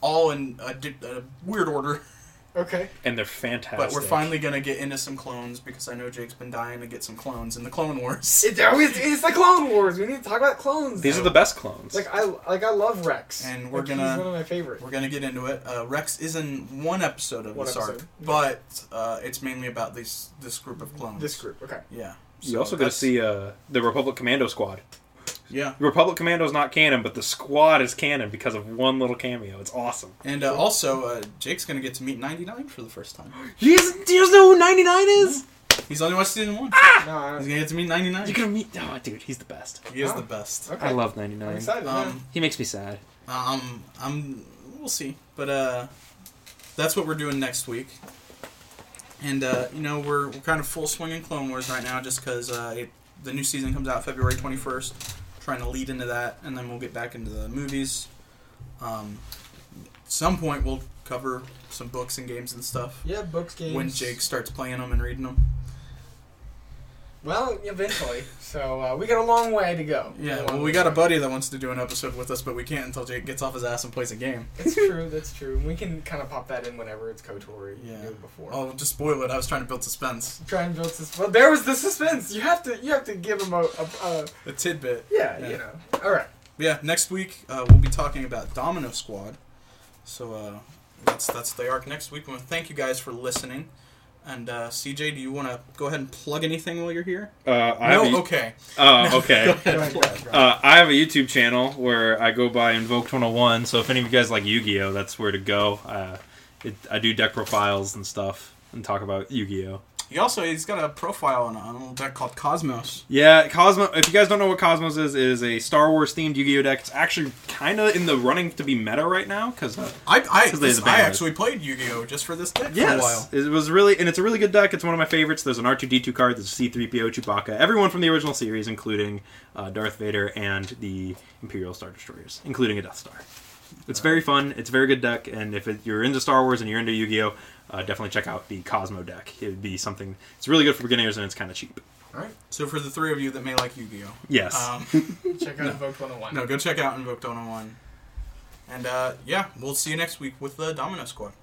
[SPEAKER 1] all in a, di- a weird order.
[SPEAKER 2] Okay.
[SPEAKER 4] And they're fantastic.
[SPEAKER 1] But we're finally gonna get into some clones because I know Jake's been dying to get some clones in the Clone Wars.
[SPEAKER 2] It's always it's the Clone Wars. We need to talk about clones.
[SPEAKER 4] These are the best clones.
[SPEAKER 2] like I like I love Rex.
[SPEAKER 1] And we're
[SPEAKER 2] Like,
[SPEAKER 1] gonna-
[SPEAKER 2] He's one of my favorite.
[SPEAKER 1] We're gonna get into it. Uh, Rex is in one episode of
[SPEAKER 2] One
[SPEAKER 1] this
[SPEAKER 2] episode.
[SPEAKER 1] arc, but uh, it's mainly about this this group of clones.
[SPEAKER 2] This group. Okay.
[SPEAKER 1] yeah.
[SPEAKER 4] you
[SPEAKER 1] So
[SPEAKER 4] also got
[SPEAKER 1] that's-
[SPEAKER 4] to see uh, the Republic Commando squad.
[SPEAKER 1] yeah,
[SPEAKER 4] The Republic Commando is not canon, but the squad is canon because of one little cameo. It's awesome.
[SPEAKER 1] and uh, also uh, Jake's gonna get to meet ninety nine for the first time.
[SPEAKER 4] He doesn't, he doesn't know who 99 is?
[SPEAKER 1] He's only watched season one.
[SPEAKER 2] No, I
[SPEAKER 1] He's
[SPEAKER 2] don't,
[SPEAKER 1] gonna get to meet ninety nine.
[SPEAKER 4] You're going to meet. Oh, dude, he's the best.
[SPEAKER 1] He is
[SPEAKER 2] Oh.
[SPEAKER 1] the best.
[SPEAKER 2] okay.
[SPEAKER 4] I love
[SPEAKER 2] I'm
[SPEAKER 4] 99.
[SPEAKER 2] excited.
[SPEAKER 1] Um,
[SPEAKER 4] He makes me sad.
[SPEAKER 1] Um, I'm. We'll see, but uh, that's what we're doing next week. And uh, you know, we're we're kind of full swing in Clone Wars right now, just because uh, it the new season comes out February 21st. Trying to lead into that, and then we'll get back into the movies. Um, at some point we'll cover some books and games and stuff
[SPEAKER 2] yeah. yeah, books, games.
[SPEAKER 1] when Jake starts playing them and reading them.
[SPEAKER 2] Well, eventually. So uh, we got a long way to go.
[SPEAKER 1] Yeah,
[SPEAKER 2] long
[SPEAKER 1] well, we
[SPEAKER 2] way
[SPEAKER 1] got a
[SPEAKER 2] to go.
[SPEAKER 1] buddy that wants to do an episode with us, but we can't until Jake gets off his ass and plays a game.
[SPEAKER 2] It's true. That's true. We can kind of pop that in whenever it's Kotori.
[SPEAKER 1] Yeah.
[SPEAKER 2] You knew it before.
[SPEAKER 1] Oh, just spoil it. I was trying to build suspense.
[SPEAKER 2] Try and build suspense. Well, there was the suspense. You have to. You have to give him a. a, a
[SPEAKER 1] A tidbit.
[SPEAKER 2] yeah,
[SPEAKER 1] Yeah.
[SPEAKER 2] You know. All right.
[SPEAKER 1] Yeah, next week uh, we'll be talking about Domino Squad. So uh, that's that's the arc next week. Well, thank you guys for listening. And uh, CJ, do you want to go ahead and plug anything while you're here?
[SPEAKER 4] Uh, I
[SPEAKER 1] no,
[SPEAKER 4] have a,
[SPEAKER 1] okay.
[SPEAKER 4] uh, okay.
[SPEAKER 1] Go
[SPEAKER 2] Go ahead,
[SPEAKER 1] ahead.
[SPEAKER 2] go ahead, go ahead.
[SPEAKER 4] Uh, I have a YouTube channel where I go by Invoked 101. So if any of you guys like Yu-Gi-Oh, that's where to go. Uh, it, I do deck profiles and stuff and talk about Yu-Gi-Oh.
[SPEAKER 1] He also he's got a profile on a on a little deck called Cosmos.
[SPEAKER 4] Yeah, Cosmo. If you guys don't know what Cosmos is, it is a Star Wars themed Yu-Gi-Oh deck. It's actually kind of in the running to be meta right now because uh,
[SPEAKER 1] I I,
[SPEAKER 4] Because they
[SPEAKER 1] this-
[SPEAKER 4] had the
[SPEAKER 1] I
[SPEAKER 4] banner.
[SPEAKER 1] actually played Yu-Gi-Oh just for this deck for a
[SPEAKER 4] yes,
[SPEAKER 1] while.
[SPEAKER 4] it was really and it's a really good deck. It's one of my favorites. There's an R2D2 card. There's C3PO, Chewbacca, everyone from the original series, including uh, Darth Vader and the Imperial Star Destroyers, including a Death Star. It's very fun. It's a very good deck, and if it, you're into Star Wars and you're into Yu-Gi-Oh, uh, definitely check out the Cosmo deck. It would be something. It's really good for beginners, and it's kind of cheap.
[SPEAKER 1] So for the three of you that may like Yu-Gi-Oh,
[SPEAKER 4] Yes.
[SPEAKER 1] um,
[SPEAKER 2] Check out oh Invoked 101.
[SPEAKER 1] no, go check out Invoked 101. And uh, yeah, we'll see you next week with the Domino Squad.